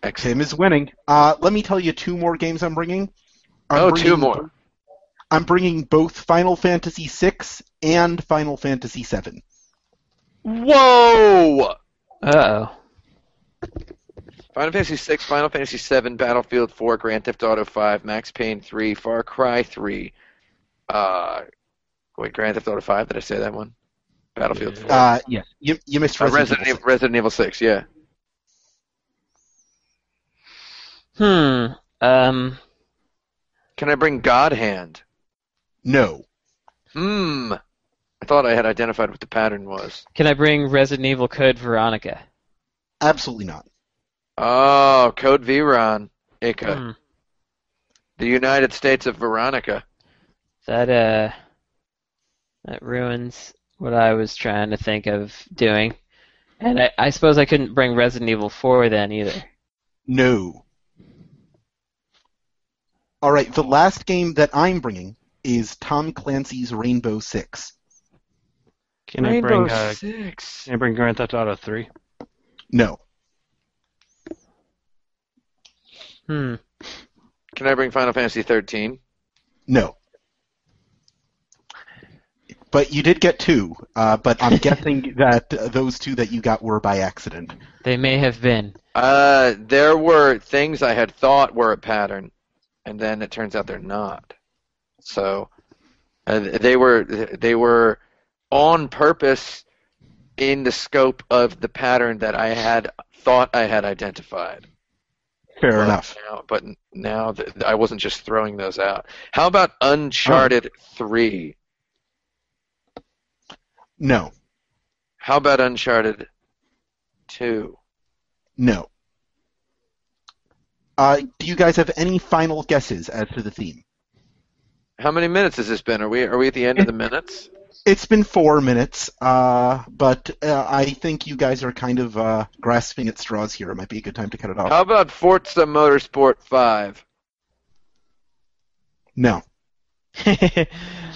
Speaker 4: Excellent.
Speaker 3: Tim is winning. Uh, let me tell you two more games I'm bringing. I'm
Speaker 4: Oh,
Speaker 3: bringing-
Speaker 4: two more.
Speaker 3: I'm bringing both Final Fantasy VI and Final Fantasy VII.
Speaker 4: Whoa!
Speaker 2: Uh oh.
Speaker 4: Final Fantasy 6, Final Fantasy 7, Battlefield 4, Grand Theft Auto 5, Max Payne 3, Far Cry 3. Uh, wait, Grand Theft Auto 5? Did I say that one? Battlefield
Speaker 1: Yeah.
Speaker 4: 4.
Speaker 3: Uh, yes, you, you missed
Speaker 4: Uh,
Speaker 3: Resident,
Speaker 4: Resident,
Speaker 3: Evil.
Speaker 4: Evil, Resident Evil 6, yeah.
Speaker 2: Hmm. Um.
Speaker 4: Can I bring God Hand?
Speaker 3: No,
Speaker 4: Hmm. I thought I had identified what the pattern was.
Speaker 2: Can I bring Resident Evil Code Veronica?
Speaker 3: absolutely not.
Speaker 4: Oh, Code Veron. Ica.
Speaker 2: Hmm.
Speaker 4: The United States of Veronica.
Speaker 2: That uh, that ruins what I was trying to think of doing. And I, I suppose I couldn't bring Resident Evil 4 then either.
Speaker 3: No. All right, the last game that I'm bringing is Tom Clancy's Rainbow Six.
Speaker 1: Can I bring uh,
Speaker 4: Six.
Speaker 1: Can I bring Grand Theft Auto Three?
Speaker 3: No.
Speaker 2: Hmm.
Speaker 4: Can I bring Final Fantasy 13?
Speaker 3: No. But you did get two, uh, but I'm guessing that uh, those two that you got were by accident.
Speaker 2: They may have been.
Speaker 4: Uh, there were things I had thought were a pattern, and then it turns out they're not. So uh, they were they were on purpose in the scope of the pattern that I had thought I had identified.
Speaker 3: Fair
Speaker 4: But
Speaker 3: enough.
Speaker 4: Now, but now th- I wasn't just throwing those out. How about Uncharted 3?
Speaker 3: No.
Speaker 4: How about Uncharted 2?
Speaker 3: No. Uh, do you guys have any final guesses as to the theme?
Speaker 4: How many minutes has this been? Are we are we at the end of the minutes?
Speaker 3: It's been four minutes, uh, but uh, I think you guys are kind of uh, grasping at straws here. It might be a good time to cut it off.
Speaker 4: How about Forza Motorsport 5?
Speaker 3: No.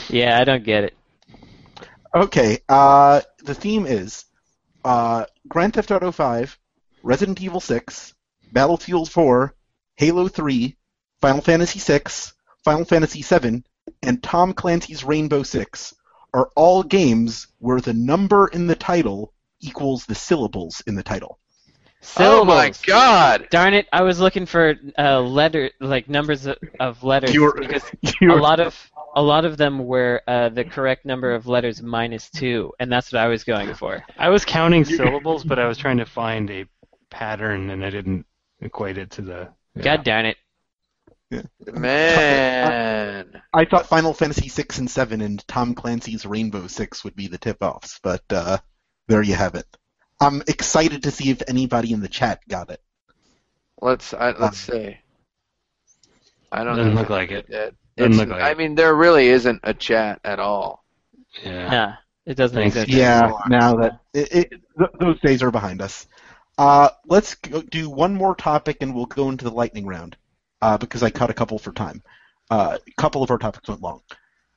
Speaker 2: yeah, I don't get it.
Speaker 3: Okay. Uh, the theme is uh, Grand Theft Auto 5, Resident Evil 6, Battlefield 4, Halo 3, Final Fantasy 6, Final Fantasy 7, and Tom Clancy's Rainbow Six are all games where the number in the title equals the syllables in the title.
Speaker 4: Oh my
Speaker 2: Syllables.
Speaker 4: god!
Speaker 2: Darn it! I was looking for uh, letter, like numbers of, of letters,
Speaker 3: You're-
Speaker 2: because a
Speaker 3: you're-
Speaker 2: lot of a lot of them were uh, the correct number of letters minus two, and that's what I was going for.
Speaker 1: I was counting syllables, but I was trying to find a pattern, and I didn't equate it to the. yeah.
Speaker 2: God darn it!
Speaker 4: Man.
Speaker 3: I thought Final Fantasy 6 and 7 and Tom Clancy's Rainbow Six would be the tip offs, but uh, there you have it. I'm excited to see if anybody in the chat got it.
Speaker 4: Let's I, let's see. I don't
Speaker 1: Doesn't
Speaker 4: know.
Speaker 1: look like it.
Speaker 4: It-
Speaker 1: Doesn't
Speaker 4: it's-
Speaker 1: look like
Speaker 4: I
Speaker 1: it.
Speaker 4: mean, there really isn't a chat at all.
Speaker 1: Yeah.
Speaker 2: Nah, it doesn't
Speaker 1: Thanks.
Speaker 2: exist.
Speaker 3: Yeah, now that it, it, th- those days are behind us. Uh, let's go, do one more topic and we'll go into the lightning round uh, because I cut a couple for time. Uh, a couple of our topics went long.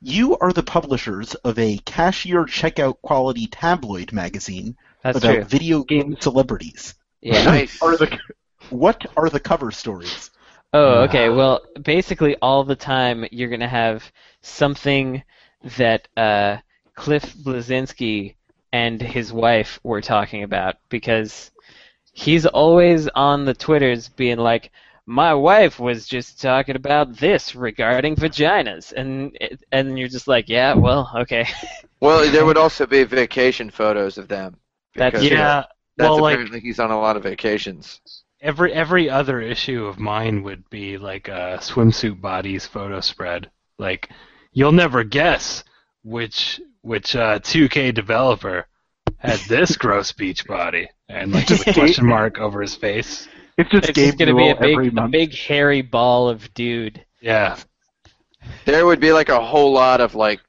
Speaker 3: You are the publishers of a cashier checkout quality tabloid magazine
Speaker 2: That's
Speaker 1: uh,
Speaker 3: about
Speaker 2: true.
Speaker 3: video game celebrities.
Speaker 2: Yeah.
Speaker 4: Nice.
Speaker 3: Are the, what are the cover stories?
Speaker 2: Oh, okay. Well, basically, all the time you're gonna have something that uh, Cliff Blazinski and his wife were talking about because he's always on the twitters being like, "My wife was just talking about this regarding vaginas," and it- and you're just like, "Yeah, well, okay."
Speaker 4: Well, there would also be vacation photos of them.
Speaker 2: That's-
Speaker 4: because
Speaker 1: Yeah.
Speaker 4: That's
Speaker 1: well, like
Speaker 4: apparently he's on a lot of vacations.
Speaker 1: every every other issue of mine would be like a swimsuit bodies photo spread. Like you'll never guess which which uh, 2K developer had this gross beach body and like just a question mark over his face.
Speaker 3: It's just
Speaker 2: It's
Speaker 3: Gabe
Speaker 2: just gonna be a
Speaker 3: Newell every
Speaker 2: big, a
Speaker 3: month.
Speaker 2: big hairy ball of dude.
Speaker 1: Yeah,
Speaker 4: There would be like a whole lot of like,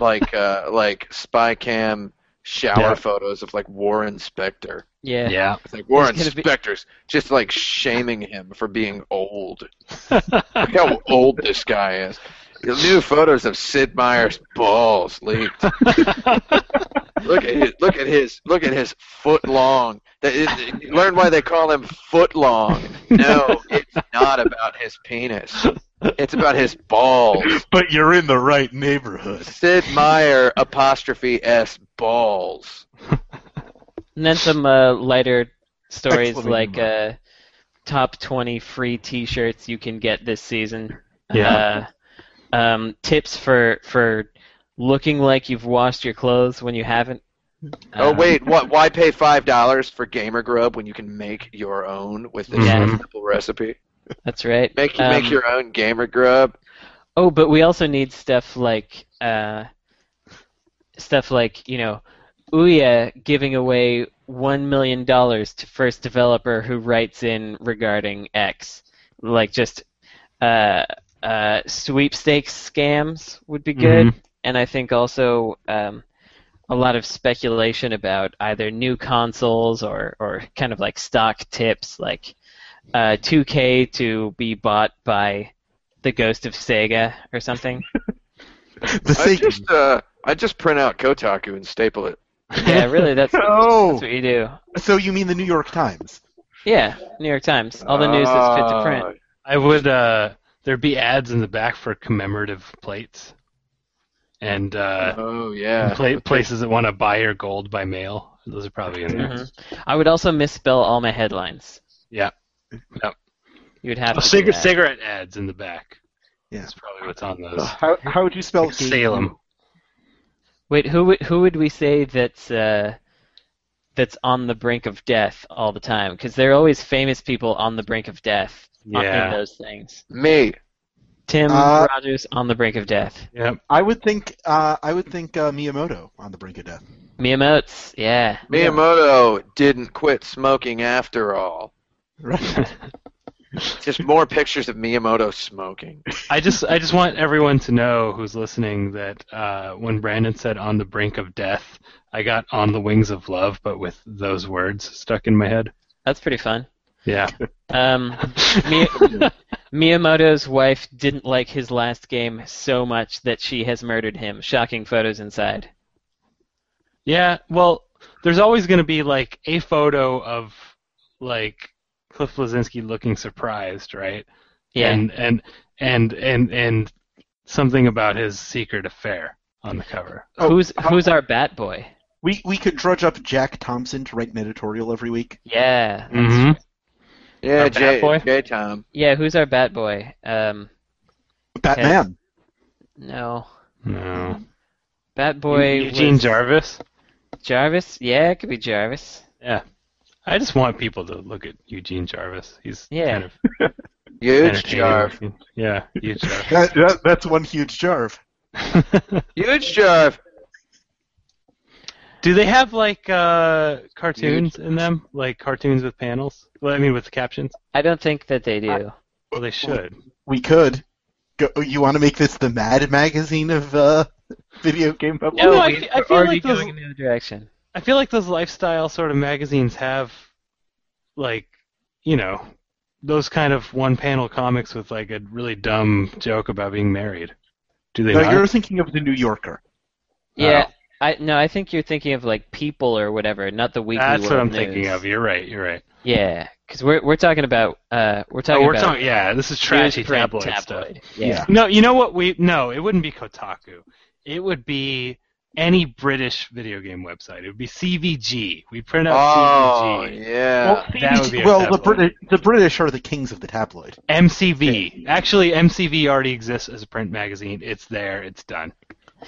Speaker 4: like, uh, like spy cam shower
Speaker 1: Yeah.
Speaker 4: photos of like Warren Spector.
Speaker 2: Yeah.
Speaker 1: yeah.
Speaker 4: It's like Warren
Speaker 2: gonna be-
Speaker 4: Spector's just like shaming him for being old. Look how old this guy is. The new photos of Sid Meier's balls leaked. Look at his, look at his look at his foot long. They- it- it- Learn why they call him foot long. No, it's not about his penis. It's about his balls.
Speaker 3: But you're in the right neighborhood.
Speaker 4: Sid Meier apostrophe s balls.
Speaker 2: And then some uh, lighter stories
Speaker 3: Excellent.
Speaker 2: like uh, top 20 free T-shirts you can get this season.
Speaker 1: Yeah.
Speaker 2: Uh, um, tips for for looking like you've washed your clothes when you haven't.
Speaker 4: Oh
Speaker 2: Um,
Speaker 4: wait, what? Why pay five dollars for Gamer Grub when you can make your own with this
Speaker 1: Yeah.
Speaker 4: simple recipe?
Speaker 2: that's right.
Speaker 4: Make
Speaker 2: Mm-hmm. Um,
Speaker 4: make your own Gamer Grub.
Speaker 2: Oh, but we also need stuff like uh, stuff like you know, Ouya giving away one million dollars to first developer who writes in regarding X, like just uh, uh, sweepstakes scams would be good, and I think also um, a lot of speculation about either new consoles or or kind of like stock tips, like uh, 2K to be bought by the Ghost of Sega or something.
Speaker 3: The
Speaker 4: I
Speaker 3: sake.
Speaker 4: just uh, I just print out Kotaku and staple it.
Speaker 2: yeah, really, that's,
Speaker 3: Oh,
Speaker 2: that's what you do.
Speaker 3: so you mean the New York Times?
Speaker 2: Yeah, New York Times, all the news that's fit to
Speaker 1: Oh.
Speaker 2: print.
Speaker 1: I would. Uh, there'd be ads in the back for commemorative plates, and
Speaker 4: Uh,
Speaker 1: uh,
Speaker 4: oh yeah.
Speaker 1: pla- places that want to buy your gold by mail. Those are probably in there.
Speaker 2: Mhm. I would also misspell all my headlines.
Speaker 1: Yeah. Yep.
Speaker 2: You would have
Speaker 1: Oh,
Speaker 2: to.
Speaker 1: cig-
Speaker 2: do that.
Speaker 1: cigarette ads in the back.
Speaker 3: Yeah.
Speaker 1: That's probably what's on those.
Speaker 3: How, how would you spell
Speaker 1: Like
Speaker 3: game?
Speaker 1: Salem.
Speaker 2: Wait, who would who would we say that's uh, that's on the brink of death all the time? Because there are always famous people on the brink of death on in
Speaker 1: Yeah.
Speaker 2: those things.
Speaker 4: Me.
Speaker 2: Tim
Speaker 3: Uh,
Speaker 2: Rogers on the brink of death.
Speaker 1: Yep.
Speaker 3: I would think. Uh, I would think uh, Miyamoto on the brink of death.
Speaker 2: Miyamoto's, yeah.
Speaker 4: Miyamoto didn't quit smoking after all.
Speaker 3: Right.
Speaker 4: Just more pictures of Miyamoto smoking.
Speaker 1: I just I just want everyone to know who's listening that uh, when Brandon said on the brink of death, I got on the wings of love, but with those words stuck in my head.
Speaker 2: That's pretty fun.
Speaker 1: Yeah.
Speaker 2: Um, Mi- Miyamoto's wife didn't like his last game so much that she has murdered him. Shocking photos inside.
Speaker 1: Yeah, well, there's always going to be like a photo of like Cliff Blazinski looking surprised, right?
Speaker 2: Yeah.
Speaker 1: And and and and and something about his secret affair on the cover.
Speaker 3: Oh,
Speaker 2: who's
Speaker 3: how-
Speaker 2: who's our Bat Boy?
Speaker 3: We we could drudge up Jack Thompson to write an editorial every week.
Speaker 2: Yeah. that's
Speaker 3: Mm-hmm.
Speaker 1: Mhm.
Speaker 2: true.
Speaker 4: Yeah,
Speaker 1: Not bad,
Speaker 4: Jay,
Speaker 1: boy.
Speaker 4: Jay Tom.
Speaker 2: Yeah. Who's our Bat Boy? Um,
Speaker 3: Batman.
Speaker 2: no.
Speaker 1: No.
Speaker 2: Bat Boy.
Speaker 1: Eugene
Speaker 2: was-
Speaker 1: Jarvis.
Speaker 2: Jarvis. Yeah, it could be Jarvis.
Speaker 1: Yeah. I just want people to look at Eugene Jarvis. He's
Speaker 2: Yeah.
Speaker 1: kind of
Speaker 4: Huge
Speaker 1: entertaining
Speaker 4: Jarv.
Speaker 1: looking. Yeah, huge Jarv.
Speaker 3: That, that, that's one huge jarve.
Speaker 4: Huge Jarv.
Speaker 1: Do they have like uh, cartoons in them? Like cartoons with panels? Well, I mean with captions.
Speaker 2: I don't think that they do.
Speaker 1: Well, they should.
Speaker 3: We could. Go, you want to make this the Mad Magazine of uh, video game publishing?
Speaker 1: No,
Speaker 2: Oh,
Speaker 1: I
Speaker 2: we-
Speaker 1: fe- I
Speaker 2: we're
Speaker 1: feel
Speaker 2: already
Speaker 1: like those-
Speaker 2: going in the other direction.
Speaker 1: I feel like those lifestyle sort of magazines have, like, you know, those kind of one-panel comics with like a really dumb joke about being married. Do they?
Speaker 3: No,
Speaker 1: not?
Speaker 3: you're thinking of the New Yorker.
Speaker 1: Oh.
Speaker 2: Yeah. I no, I think you're thinking of like people or whatever, not the weekly.
Speaker 1: That's what
Speaker 2: World
Speaker 1: I'm thinking
Speaker 2: News.
Speaker 1: of. You're right. You're right.
Speaker 2: Yeah, because we're we're talking about uh we're
Speaker 1: Oh,
Speaker 2: talking
Speaker 1: we're
Speaker 2: about
Speaker 1: talking. Yeah, this is trashy
Speaker 2: newsprint
Speaker 1: tabloid, stuff.
Speaker 2: Yeah.
Speaker 3: Yeah.
Speaker 1: No, you know what? We no, it wouldn't be Kotaku. It would be any British video game website. It would be CVG. We print out
Speaker 4: Oh,
Speaker 1: CVG.
Speaker 4: yeah.
Speaker 1: that would be a
Speaker 3: well, the
Speaker 1: tabloid.
Speaker 3: British the British are the kings of the tabloid.
Speaker 1: MCV. Actually, MCV already exists as a print magazine. It's there. It's done.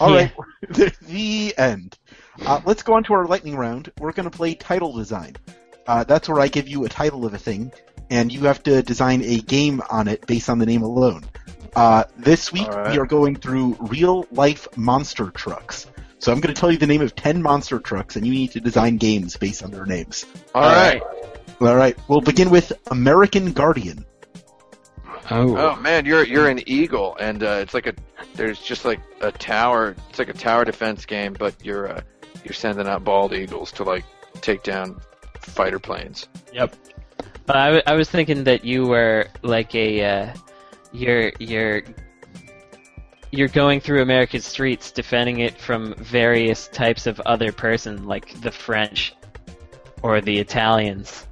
Speaker 3: All
Speaker 2: Yeah.
Speaker 3: right, the, the end. Uh, let's go on to our lightning round. We're going to play title design. Uh, that's where I give you a title of a thing, and you have to design a game on it based on the name alone. Uh, this week,
Speaker 4: All right.
Speaker 3: we are going through real life monster trucks. So I'm going to tell you the name of 10 monster trucks, and you need to design games based on their names.
Speaker 4: All
Speaker 1: uh,
Speaker 4: right.
Speaker 3: All right, we'll begin with American Guardian.
Speaker 1: Oh.
Speaker 4: Oh man, you're you're an eagle, and uh, it's like a there's just like a tower. It's like a tower defense game, but you're uh, you're sending out bald eagles to like take down fighter planes.
Speaker 1: Yep.
Speaker 2: But I, w- I was thinking that you were like a uh, you're you're you're going through American streets defending it from various types of other person like the French or the Italians.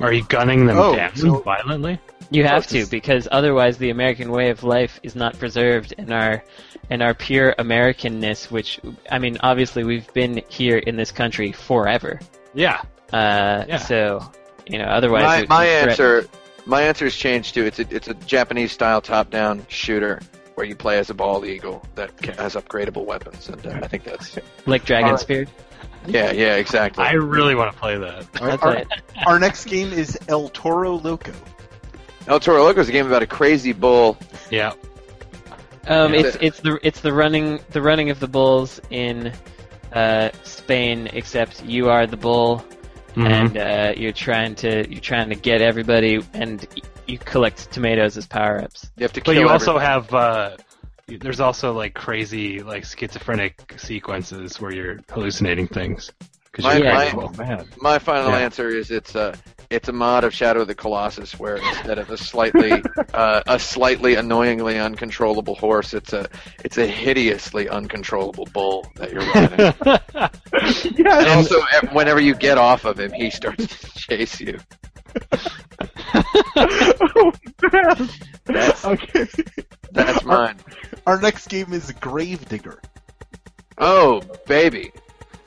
Speaker 1: Are you gunning them
Speaker 3: Oh,
Speaker 1: down
Speaker 3: so-
Speaker 1: violently?
Speaker 2: You have to
Speaker 3: it's-
Speaker 2: because otherwise the American way of life is not preserved and our and our pure Americanness which I mean obviously we've been here in this country forever.
Speaker 1: Yeah.
Speaker 2: Uh,
Speaker 1: Yeah.
Speaker 2: so you know otherwise it
Speaker 4: My
Speaker 2: would
Speaker 4: my
Speaker 2: be threatened.
Speaker 4: answer my answer has changed too. It's a it's a Japanese style top down shooter where you play as a bald eagle that ca- has upgradable weapons, and uh, I think that's
Speaker 2: like Dragon
Speaker 3: Alright.
Speaker 2: Spear.
Speaker 4: yeah yeah exactly.
Speaker 1: I really want to play that.
Speaker 2: That's
Speaker 3: our,
Speaker 2: it.
Speaker 3: our next game is El Toro Loco.
Speaker 4: El Toro Loco is a game about a crazy bull.
Speaker 1: Yeah.
Speaker 2: Um,
Speaker 4: Yeah.
Speaker 2: it's it's the it's the running the running of the bulls in uh, Spain. Except you are the bull,
Speaker 1: Mm-hmm.
Speaker 2: and uh, you're trying to you're trying to get everybody, and y- you collect tomatoes as power ups.
Speaker 4: You have to kill
Speaker 1: But you also
Speaker 4: every-
Speaker 1: have uh, there's also like crazy like schizophrenic sequences where you're hallucinating things because
Speaker 4: My-
Speaker 1: you're
Speaker 2: my-
Speaker 1: crazy. Well, man.
Speaker 4: My final
Speaker 1: Yeah.
Speaker 4: answer is it's a it's a mod of Shadow of the Colossus where instead of a slightly uh, a slightly annoyingly uncontrollable horse, it's a it's a hideously uncontrollable bull that you're riding. and
Speaker 3: Yes.
Speaker 1: uh,
Speaker 4: also, e- whenever you get off of him, he starts to chase you.
Speaker 3: Oh, man. okay.
Speaker 4: That's mine.
Speaker 3: Our next game is Gravedigger.
Speaker 4: Oh, baby.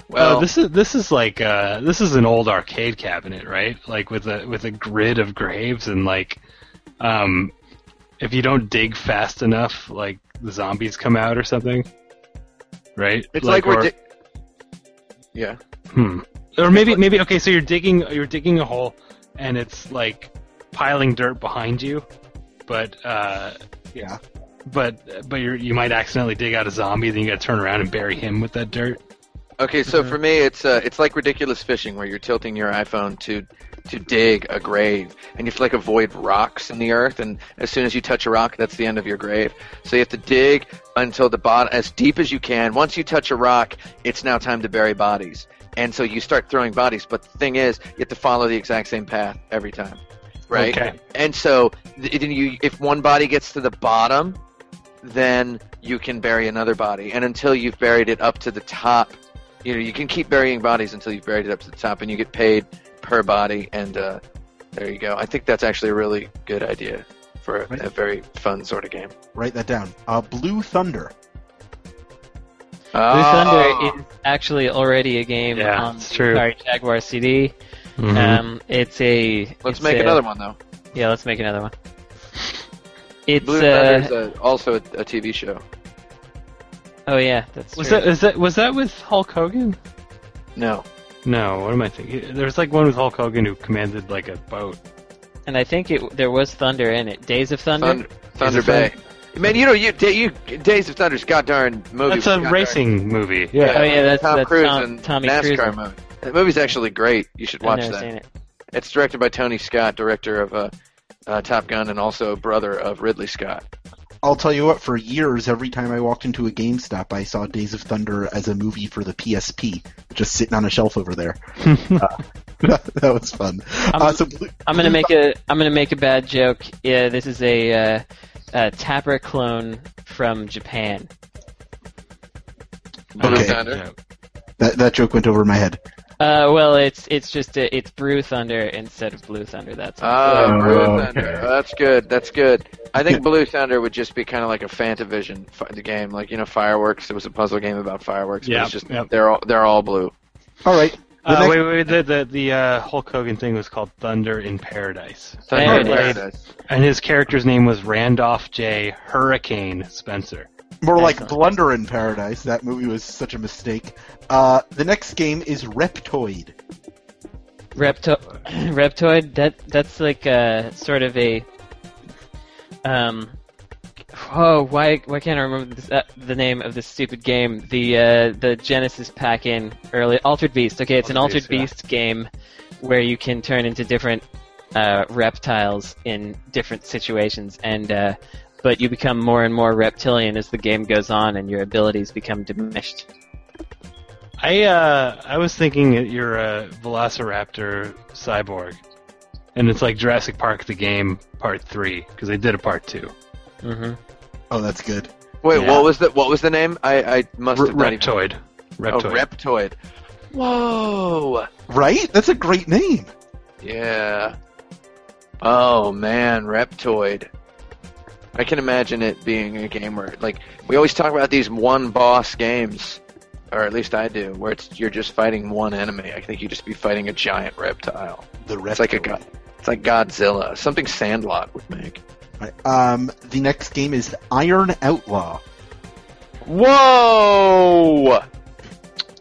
Speaker 4: Well,
Speaker 1: Uh, this is this is like uh, this is an old arcade cabinet, right? Like with a with a grid of graves and like, um, if you don't dig fast enough, like the zombies come out or something, right?
Speaker 4: it's like,
Speaker 1: or-
Speaker 4: we're. Di- yeah.
Speaker 1: Hmm. Or maybe maybe okay, so you're digging you're digging a hole and it's like piling dirt behind you, but uh,
Speaker 3: Yeah.
Speaker 1: but but you you might accidentally dig out a zombie, then you got to turn around and bury him with that dirt.
Speaker 4: Okay, so for me, it's uh, it's like ridiculous fishing, where you're tilting your iPhone to to dig a grave, and you have to like avoid rocks in the earth, and as soon as you touch a rock, that's the end of your grave. So you have to dig until the bottom, as deep as you can. Once you touch a rock, it's now time to bury bodies, and so you start throwing bodies. But the thing is, you have to follow the exact same path every time, right?
Speaker 1: Okay.
Speaker 4: And so, th- then you, if one body gets to the bottom, then you can bury another body. And until you've buried it up to the top, you know, you can keep burying bodies until you've buried it up to the top, and you get paid per body. And uh, there you go. I think that's actually a really good idea for a, a very fun sort of game.
Speaker 3: Write that down. Uh, Blue Thunder.
Speaker 2: Blue
Speaker 4: Oh.
Speaker 2: Thunder is actually already a game
Speaker 1: Yeah,
Speaker 2: on
Speaker 1: it's
Speaker 2: the
Speaker 1: true. Mm-hmm.
Speaker 2: Atari Jaguar CD.
Speaker 3: Mm-hmm.
Speaker 1: Uh,
Speaker 2: Um, it's a
Speaker 4: Let's
Speaker 2: it's
Speaker 4: make
Speaker 2: a-
Speaker 4: another one though.
Speaker 2: Yeah, let's make another one. It's
Speaker 4: Blue
Speaker 2: uh,
Speaker 4: Thunder is a, also a, a TV show.
Speaker 2: oh yeah, that's
Speaker 1: Was
Speaker 2: true.
Speaker 1: that is that was that with Hulk Hogan?
Speaker 4: No,
Speaker 1: No, what am I thinking? There was like one with Hulk Hogan who commanded like a boat.
Speaker 2: and I think it there was thunder in it. Days of Thunder.
Speaker 4: Thunder, Thunder
Speaker 1: it fun?
Speaker 4: Bay. Man, you know you, da- you Days of Thunder's goddamn movie.
Speaker 1: That's a
Speaker 4: Oh, was goddamn-
Speaker 1: racing movie. Yeah.
Speaker 2: Oh, yeah, that's-
Speaker 4: Tom
Speaker 2: that's
Speaker 4: Cruise
Speaker 2: Tom-
Speaker 4: and
Speaker 2: Tommy
Speaker 4: NASCAR
Speaker 2: Cruise.
Speaker 4: movie. That movie's actually great. You should
Speaker 2: I've
Speaker 4: watch
Speaker 2: never
Speaker 4: that.
Speaker 2: seen it.
Speaker 4: It's directed by Tony Scott, director of uh, uh, Top Gun, and also brother of Ridley Scott.
Speaker 3: I'll tell you what, for years, every time I walked into a GameStop, I saw Days of Thunder as a movie for the PSP, just sitting on a shelf over there. Uh, that was fun. Uh, so Blue-
Speaker 2: I'm gonna make a I'm gonna make a bad joke. Yeah, this is a uh, uh, Tapper clone from Japan.
Speaker 4: Blue
Speaker 3: Okay.
Speaker 4: Thunder.
Speaker 3: that, that joke went over my head.
Speaker 2: Uh, well, it's it's just a, it's Brew Thunder instead of Blue Thunder. That's all.
Speaker 4: Oh,
Speaker 3: Oh,
Speaker 4: Blue
Speaker 3: okay.
Speaker 4: Thunder. Oh, that's good. That's good. I think Blue Thunder would just be kind of like a Fantavision f- the game, like you know fireworks. It was a puzzle game about fireworks. but
Speaker 1: Yeah,
Speaker 4: it's just
Speaker 1: yeah.
Speaker 4: they're all they're all blue.
Speaker 3: All right. The
Speaker 1: Uh,
Speaker 3: next-
Speaker 1: wait, wait, wait, the the, the uh, Hulk Hogan thing was called Thunder in Paradise,
Speaker 4: Thunder
Speaker 2: There it is.
Speaker 4: Paradise.
Speaker 1: and his character's name was Randolph J. Hurricane Spencer.
Speaker 3: More like
Speaker 2: Excellent.
Speaker 3: Blunder in Paradise. That movie was such a mistake. Uh, the next game is Reptoid.
Speaker 2: Repto- Reptoid. That that's like a sort of a um. Oh, why why can't I remember this, uh, the name of this stupid game? The uh, the Genesis pack in early Altered Beast. Okay, it's an
Speaker 1: Altered
Speaker 2: Altered
Speaker 1: Beast, yeah.
Speaker 2: Beast game where you can turn into different uh, reptiles in different situations, and uh, but you become more and more reptilian as the game goes on, and your abilities become diminished.
Speaker 1: I uh, I was thinking that you're a Velociraptor cyborg, and it's like Jurassic Park the game part three because they did a part two. Mm-hmm.
Speaker 2: hmm
Speaker 3: Oh, that's good.
Speaker 4: Wait,
Speaker 1: Yeah.
Speaker 4: what was the what was the name? I I must
Speaker 1: R-
Speaker 4: have not even-
Speaker 1: Reptoid. Reptoid.
Speaker 4: Oh, Reptoid. Whoa.
Speaker 3: Right? That's a great name.
Speaker 4: Yeah. Oh man, Reptoid. I can imagine it being a game where, like, we always talk about these one boss games, or at least I do, where it's you're just fighting one enemy. I think you just be fighting a giant reptile.
Speaker 3: The Reptoid.
Speaker 4: It's like a god. It's like Godzilla. Something Sandlot would make.
Speaker 3: Right. Um, the next game is Iron Outlaw.
Speaker 4: Whoa!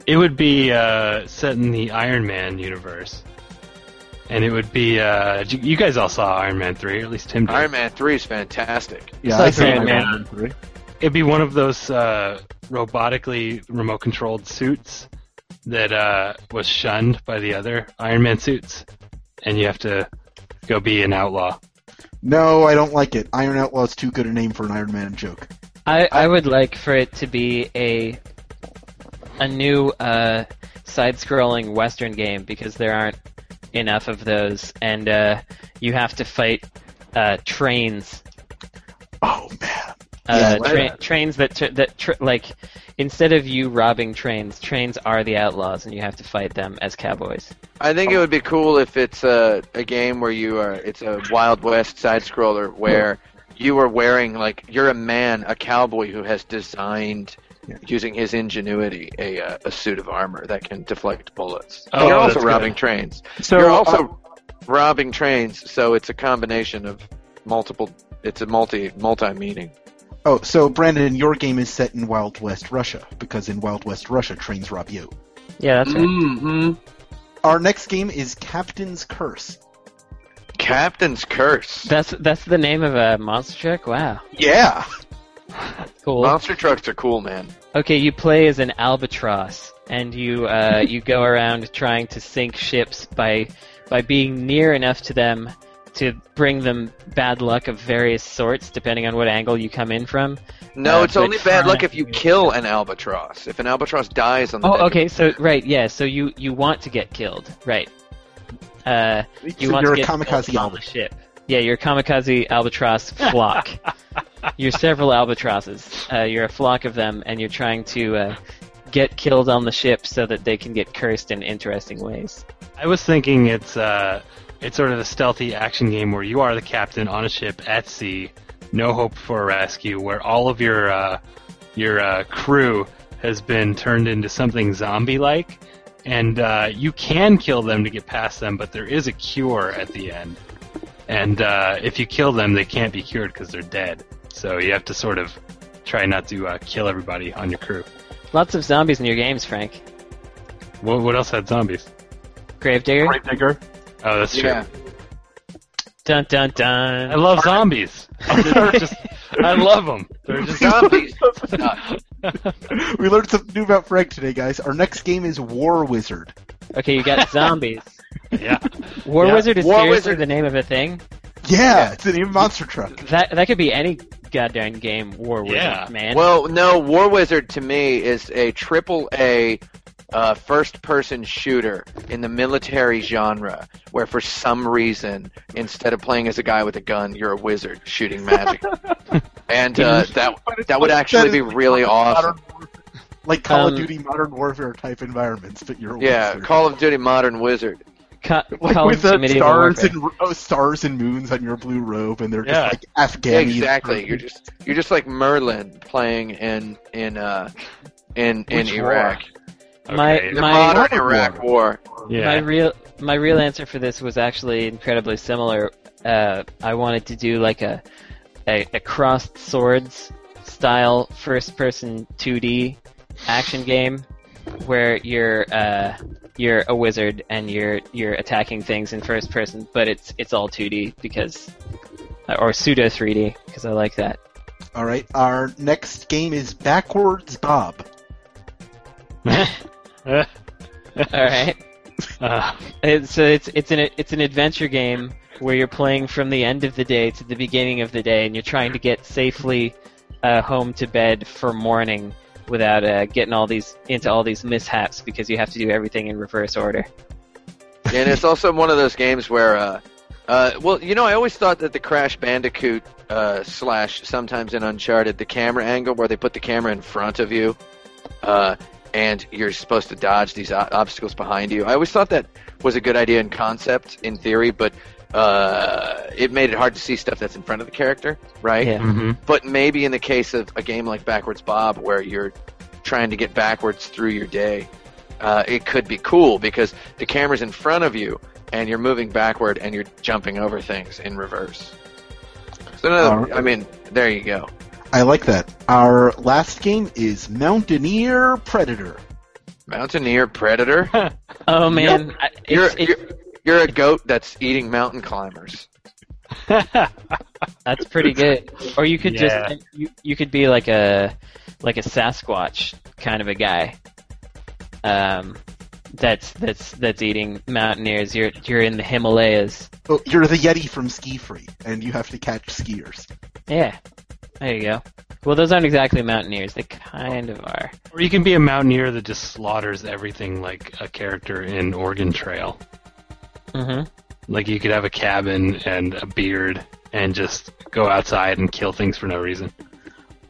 Speaker 1: It would be uh, set in the Iron Man universe, and it would be uh, you- you guys all saw Iron Man three, or at least Tim did.
Speaker 4: Iron Man Three is fantastic.
Speaker 3: Yeah,
Speaker 2: like
Speaker 3: I saw
Speaker 2: Iron
Speaker 3: that
Speaker 2: Man.
Speaker 3: one three.
Speaker 1: It'd be one of those uh, robotically remote controlled suits that uh, was shunned by the other Iron Man suits, and you have to go be an outlaw.
Speaker 3: No, I don't like it. Iron Outlaw's too good a name for an Iron Man joke.
Speaker 2: I, I would like for it to be a a new uh, side-scrolling Western game because there aren't enough of those, and uh, you have to fight uh, trains,
Speaker 3: Oh man.
Speaker 2: uh,
Speaker 3: Yeah, why
Speaker 2: tra- trains that tr- that tr- like instead of you robbing trains, trains are the outlaws, and you have to fight them as cowboys.
Speaker 4: I think it would be cool if it's a, a game where you are. It's a Wild West side scroller where you are wearing like you're a man, a cowboy who has designed
Speaker 3: Yeah.
Speaker 4: using his ingenuity a uh, a suit of armor that can deflect bullets.
Speaker 1: Oh,
Speaker 4: you're also
Speaker 1: that's
Speaker 4: robbing
Speaker 1: good.
Speaker 4: trains.
Speaker 3: So uh,
Speaker 4: you're also robbing trains. So it's a combination of multiple. It's a multi multi meaning.
Speaker 3: Oh, so Brandon, your game is set in Wild West Russia because in Wild West Russia trains rob you.
Speaker 2: Yeah, that's
Speaker 3: Mm.
Speaker 2: right.
Speaker 4: Mm-hmm.
Speaker 3: Our next game is Captain's Curse.
Speaker 4: Captain's curse.
Speaker 2: That's that's the name of a monster truck. Wow,
Speaker 3: Yeah.
Speaker 2: cool.
Speaker 4: Monster trucks are cool, man.
Speaker 2: Okay, you play as an albatross, and you uh, you go around trying to sink ships by by being near enough to them to bring them bad luck of various sorts, depending on what angle you come in from.
Speaker 4: No,
Speaker 2: Uh,
Speaker 4: it's
Speaker 2: but
Speaker 4: only bad luck if you
Speaker 2: trying-
Speaker 4: kill an albatross. If an albatross dies on the deck
Speaker 2: Oh,
Speaker 4: of-
Speaker 2: okay, so right, yeah, so you you want to get killed, right? Uh, you
Speaker 3: So
Speaker 2: want
Speaker 3: you're
Speaker 2: to
Speaker 3: a
Speaker 2: get
Speaker 3: kamikaze
Speaker 2: killed on the
Speaker 3: albatross.
Speaker 2: ship. Yeah, you're a kamikaze albatross flock. you're several albatrosses. Uh, you're a flock of them, and you're trying to uh, get killed on the ship so that they can get cursed in interesting ways.
Speaker 1: I was thinking it's uh, it's sort of a stealthy action game where you are the captain on a ship at sea, no hope for rescue, where all of your uh, your uh, crew has been turned into something zombie-like, and uh, you can kill them to get past them, but there is a cure at the end, and uh, if you kill them, they can't be cured because they're dead. So you have to sort of try not to uh, kill everybody on your crew.
Speaker 2: Lots of zombies in your games, Frank.
Speaker 1: What, what else had zombies?
Speaker 2: Gravedigger.
Speaker 3: Gravedigger.
Speaker 1: Oh, that's true.
Speaker 4: Yeah.
Speaker 2: Dun dun
Speaker 1: I
Speaker 2: dun.
Speaker 1: love zombies. They're just- I love them. They're just
Speaker 4: Zombies. Uh,
Speaker 3: we learned something new about Frank today, guys. Our next game is War Wizard.
Speaker 2: Okay, you got zombies.
Speaker 1: yeah.
Speaker 2: War
Speaker 1: Yeah.
Speaker 2: Wizard is
Speaker 4: War
Speaker 2: seriously
Speaker 4: Wizard-
Speaker 2: the name of a thing.
Speaker 3: Yeah, it's the new monster truck.
Speaker 2: That that could be any goddamn game. War Wizard,
Speaker 1: Yeah.
Speaker 2: man.
Speaker 4: well, no, War Wizard to me is a triple A uh, first person shooter in the military genre, where for some reason, instead of playing as a guy with a gun, you're a wizard shooting magic. and uh, that that would actually be really awesome.
Speaker 3: Like Call of
Speaker 2: Um,
Speaker 3: Duty Modern Warfare type environments, but you're a
Speaker 4: Yeah,
Speaker 3: wizard.
Speaker 4: Call of Duty Modern Wizard.
Speaker 2: Co-
Speaker 3: like
Speaker 2: Call
Speaker 3: with
Speaker 2: of
Speaker 3: the
Speaker 2: Duty Medieval
Speaker 3: stars
Speaker 2: Warfare.
Speaker 3: and oh, stars and moons on your blue robe, and they're
Speaker 1: Yeah.
Speaker 3: just like Afghani.
Speaker 4: exactly. You're just you're just like Merlin playing in in uh in in
Speaker 1: Which war?
Speaker 4: Iraq.
Speaker 2: My-
Speaker 1: Okay.
Speaker 4: The
Speaker 2: my-
Speaker 4: modern
Speaker 3: Modern
Speaker 4: Iraq war.
Speaker 1: yeah.
Speaker 2: My real my real answer for this was actually incredibly similar. Uh, I wanted to do like a a, a crossed swords style first person 2D action game where you're uh, you're a wizard and you're you're attacking things in first person, but it's it's all 2D because or pseudo 3D because I like that.
Speaker 3: All right, our next game is Backwards Bob.
Speaker 2: All right.
Speaker 1: Uh,
Speaker 2: It's, so it's it's an it's an adventure game where you're playing from the end of the day to the beginning of the day, and you're trying to get safely uh, home to bed for morning without uh, getting all these into all these mishaps because you have to do everything in reverse order.
Speaker 4: and it's also one of those games where, uh, uh, well, you know, I always thought that the Crash Bandicoot uh, slash sometimes in Uncharted, the camera angle where they put the camera in front of you, uh, and you're supposed to dodge these o- obstacles behind you. I always thought that was a good idea in concept, in theory, but uh, it made it hard to see stuff that's in front of the character, right?
Speaker 2: Yeah.
Speaker 1: hmm
Speaker 4: But maybe in the case of a game like Backwards Bob, where you're trying to get backwards through your day, uh, it could be cool because the camera's in front of you and you're moving backward and you're jumping over things in reverse. So, no,
Speaker 3: Alright.
Speaker 4: I mean, there you go.
Speaker 3: I like that. Our last game is Mountaineer Predator.
Speaker 4: Mountaineer Predator.
Speaker 2: Oh man, I- it's,
Speaker 4: You're,
Speaker 2: it's-
Speaker 4: you're, you're a goat that's eating mountain climbers.
Speaker 2: that's pretty good. Or you could
Speaker 1: Yeah.
Speaker 2: just you, you could be like a like a Sasquatch kind of a guy. Um, that's that's that's eating mountaineers. You're you're in the Himalayas.
Speaker 3: Oh, you're the Yeti from Ski Free, and you have to catch skiers.
Speaker 2: Yeah, there you go. Well, those aren't exactly mountaineers. They kind of are.
Speaker 1: Or you can be a mountaineer that just slaughters everything like a character in Oregon Trail.
Speaker 2: hmm
Speaker 1: Like you could have a cabin and a beard and just go outside and kill things for no reason.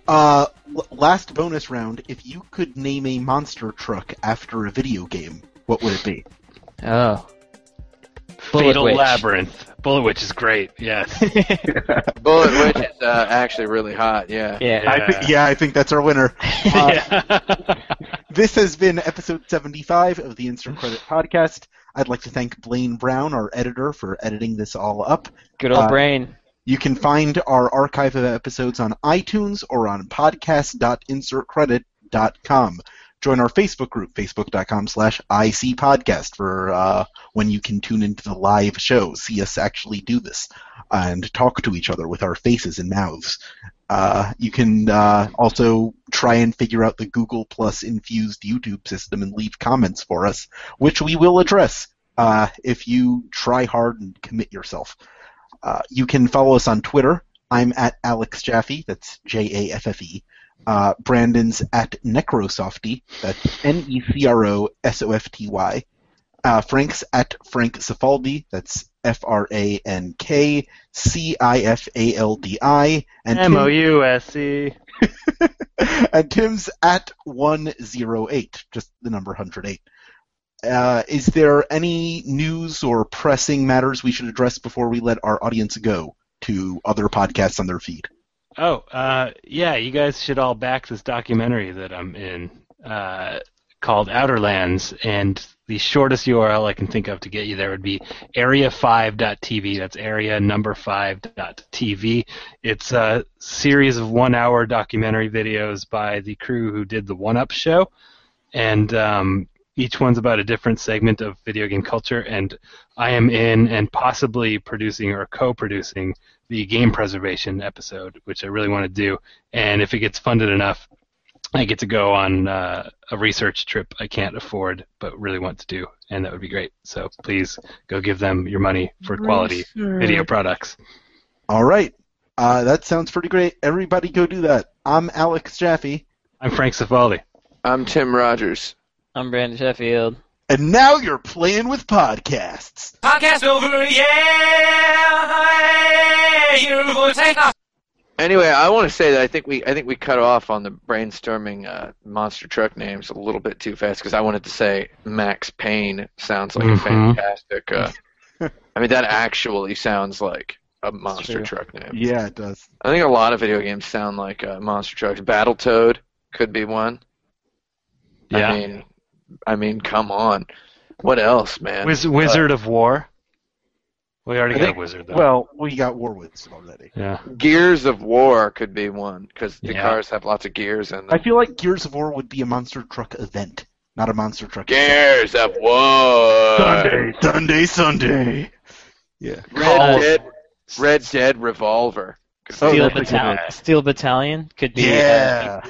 Speaker 3: Uh, l- last bonus round. If you could name a monster truck after a video game, what would it be?
Speaker 2: Oh, Bullet
Speaker 1: Fatal
Speaker 2: Witch. Uh,
Speaker 1: Labyrinth. Bullet Witch is great. Yes.
Speaker 4: Bullet Witch is uh, actually really hot. Yeah.
Speaker 2: yeah.
Speaker 3: I thi- yeah, I think that's our winner. Uh,
Speaker 1: Yeah.
Speaker 3: This has been episode 75 of the Instant Credit Podcast. I'd like to thank Blaine Brown, our editor, for editing this all up.
Speaker 2: Good old
Speaker 3: Uh,
Speaker 2: brain.
Speaker 3: You can find our archive of episodes on iTunes or on podcast.insertcredit.com. Join our Facebook group, facebook.com slash icpodcast, for uh, when you can tune into the live show, see us actually do this, and talk to each other with our faces and mouths. Uh, you can uh, also try and figure out the Google Plus infused YouTube system and leave comments for us, which we will address uh, if you try hard and commit yourself. Uh, you can follow us on Twitter. I'm at Alex Jaffe. That's J A F F E. Uh, Brandon's at Necrosofty. That's N E C R O S O F T Y. Uh, Frank's at Frank Cifaldi. That's F R A N K C I F A L D I. And
Speaker 1: M O
Speaker 3: Tim-
Speaker 1: U S E.
Speaker 3: and Tim's at 108, just the number 108. Uh, is there any news or pressing matters we should address before we let our audience go to other podcasts on their feed?
Speaker 1: Oh, uh, yeah, you guys should all back this documentary that I'm in uh, called Outerlands, and the shortest URL I can think of to get you there would be area5.tv. That's area number 5.tv. It's a series of one hour documentary videos by the crew who did the One Up show, and um, each one's about a different segment of video game culture, and I am in and possibly producing or co producing the game preservation episode, which I really want to do. And if it gets funded enough, I get to go on uh, a research trip I can't afford but really want to do, and that would be great. So please go give them your money for quality video products.
Speaker 3: All right. Uh, that sounds pretty great. Everybody go do that. I'm Alex Jaffe.
Speaker 1: I'm Frank Cifaldi.
Speaker 4: I'm Tim Rogers.
Speaker 2: I'm Brandon Sheffield.
Speaker 3: And now you're playing with podcasts.
Speaker 5: Podcast over, yeah! You will take off!
Speaker 4: Anyway, I want to say that I think we I think we cut off on the brainstorming uh, monster truck names a little bit too fast because I wanted to say Max Payne sounds like
Speaker 1: Mhm.
Speaker 4: a fantastic. Uh, I mean, that actually sounds like a monster
Speaker 2: true.
Speaker 4: truck name.
Speaker 3: Yeah, it does.
Speaker 4: I think a lot of video games sound like uh, monster trucks. Battletoad could be one.
Speaker 1: Yeah.
Speaker 4: I mean, I mean, come on. What else, man?
Speaker 1: Wiz- Wizard of War. We already
Speaker 4: I
Speaker 1: got
Speaker 4: think-
Speaker 1: Wizard, though.
Speaker 3: Well, we got Warwoods already.
Speaker 1: yeah.
Speaker 4: Gears of War could be one because the
Speaker 1: Yeah.
Speaker 4: cars have lots of gears in them.
Speaker 3: I feel like Gears of War would be a monster truck event, not a monster truck.
Speaker 4: Gears of War.
Speaker 3: Sunday, Sunday. Yeah.
Speaker 4: Red
Speaker 2: Call.
Speaker 4: Dead. Red Dead Revolver.
Speaker 3: Oh,
Speaker 2: Steel,
Speaker 3: that's a good
Speaker 2: Battalion. Steel Battalion could be. uh,
Speaker 3: Yeah.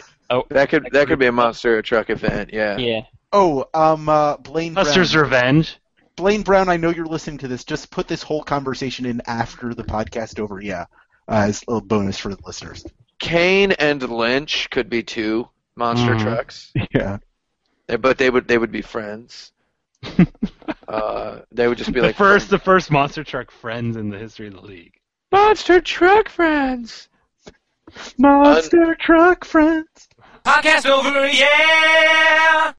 Speaker 4: That could that could be a monster truck event. Yeah.
Speaker 2: yeah.
Speaker 3: Oh, um, uh, Blaine
Speaker 1: Buster's
Speaker 3: Brown.
Speaker 1: Revenge.
Speaker 3: Blaine Brown, I know you're listening to this. Just put this whole conversation in after the podcast over. Yeah, uh, as a little bonus for the listeners.
Speaker 4: Kane and Lynch could be two monster
Speaker 1: Mhm.
Speaker 4: trucks,
Speaker 3: Yeah.
Speaker 4: Eh, but they would they would be friends. uh, they would just be
Speaker 1: the
Speaker 4: like
Speaker 1: first, the first monster truck friends in the history of the league.
Speaker 4: monster truck friends.
Speaker 3: Monster truck friends.
Speaker 5: Podcast over, yeah!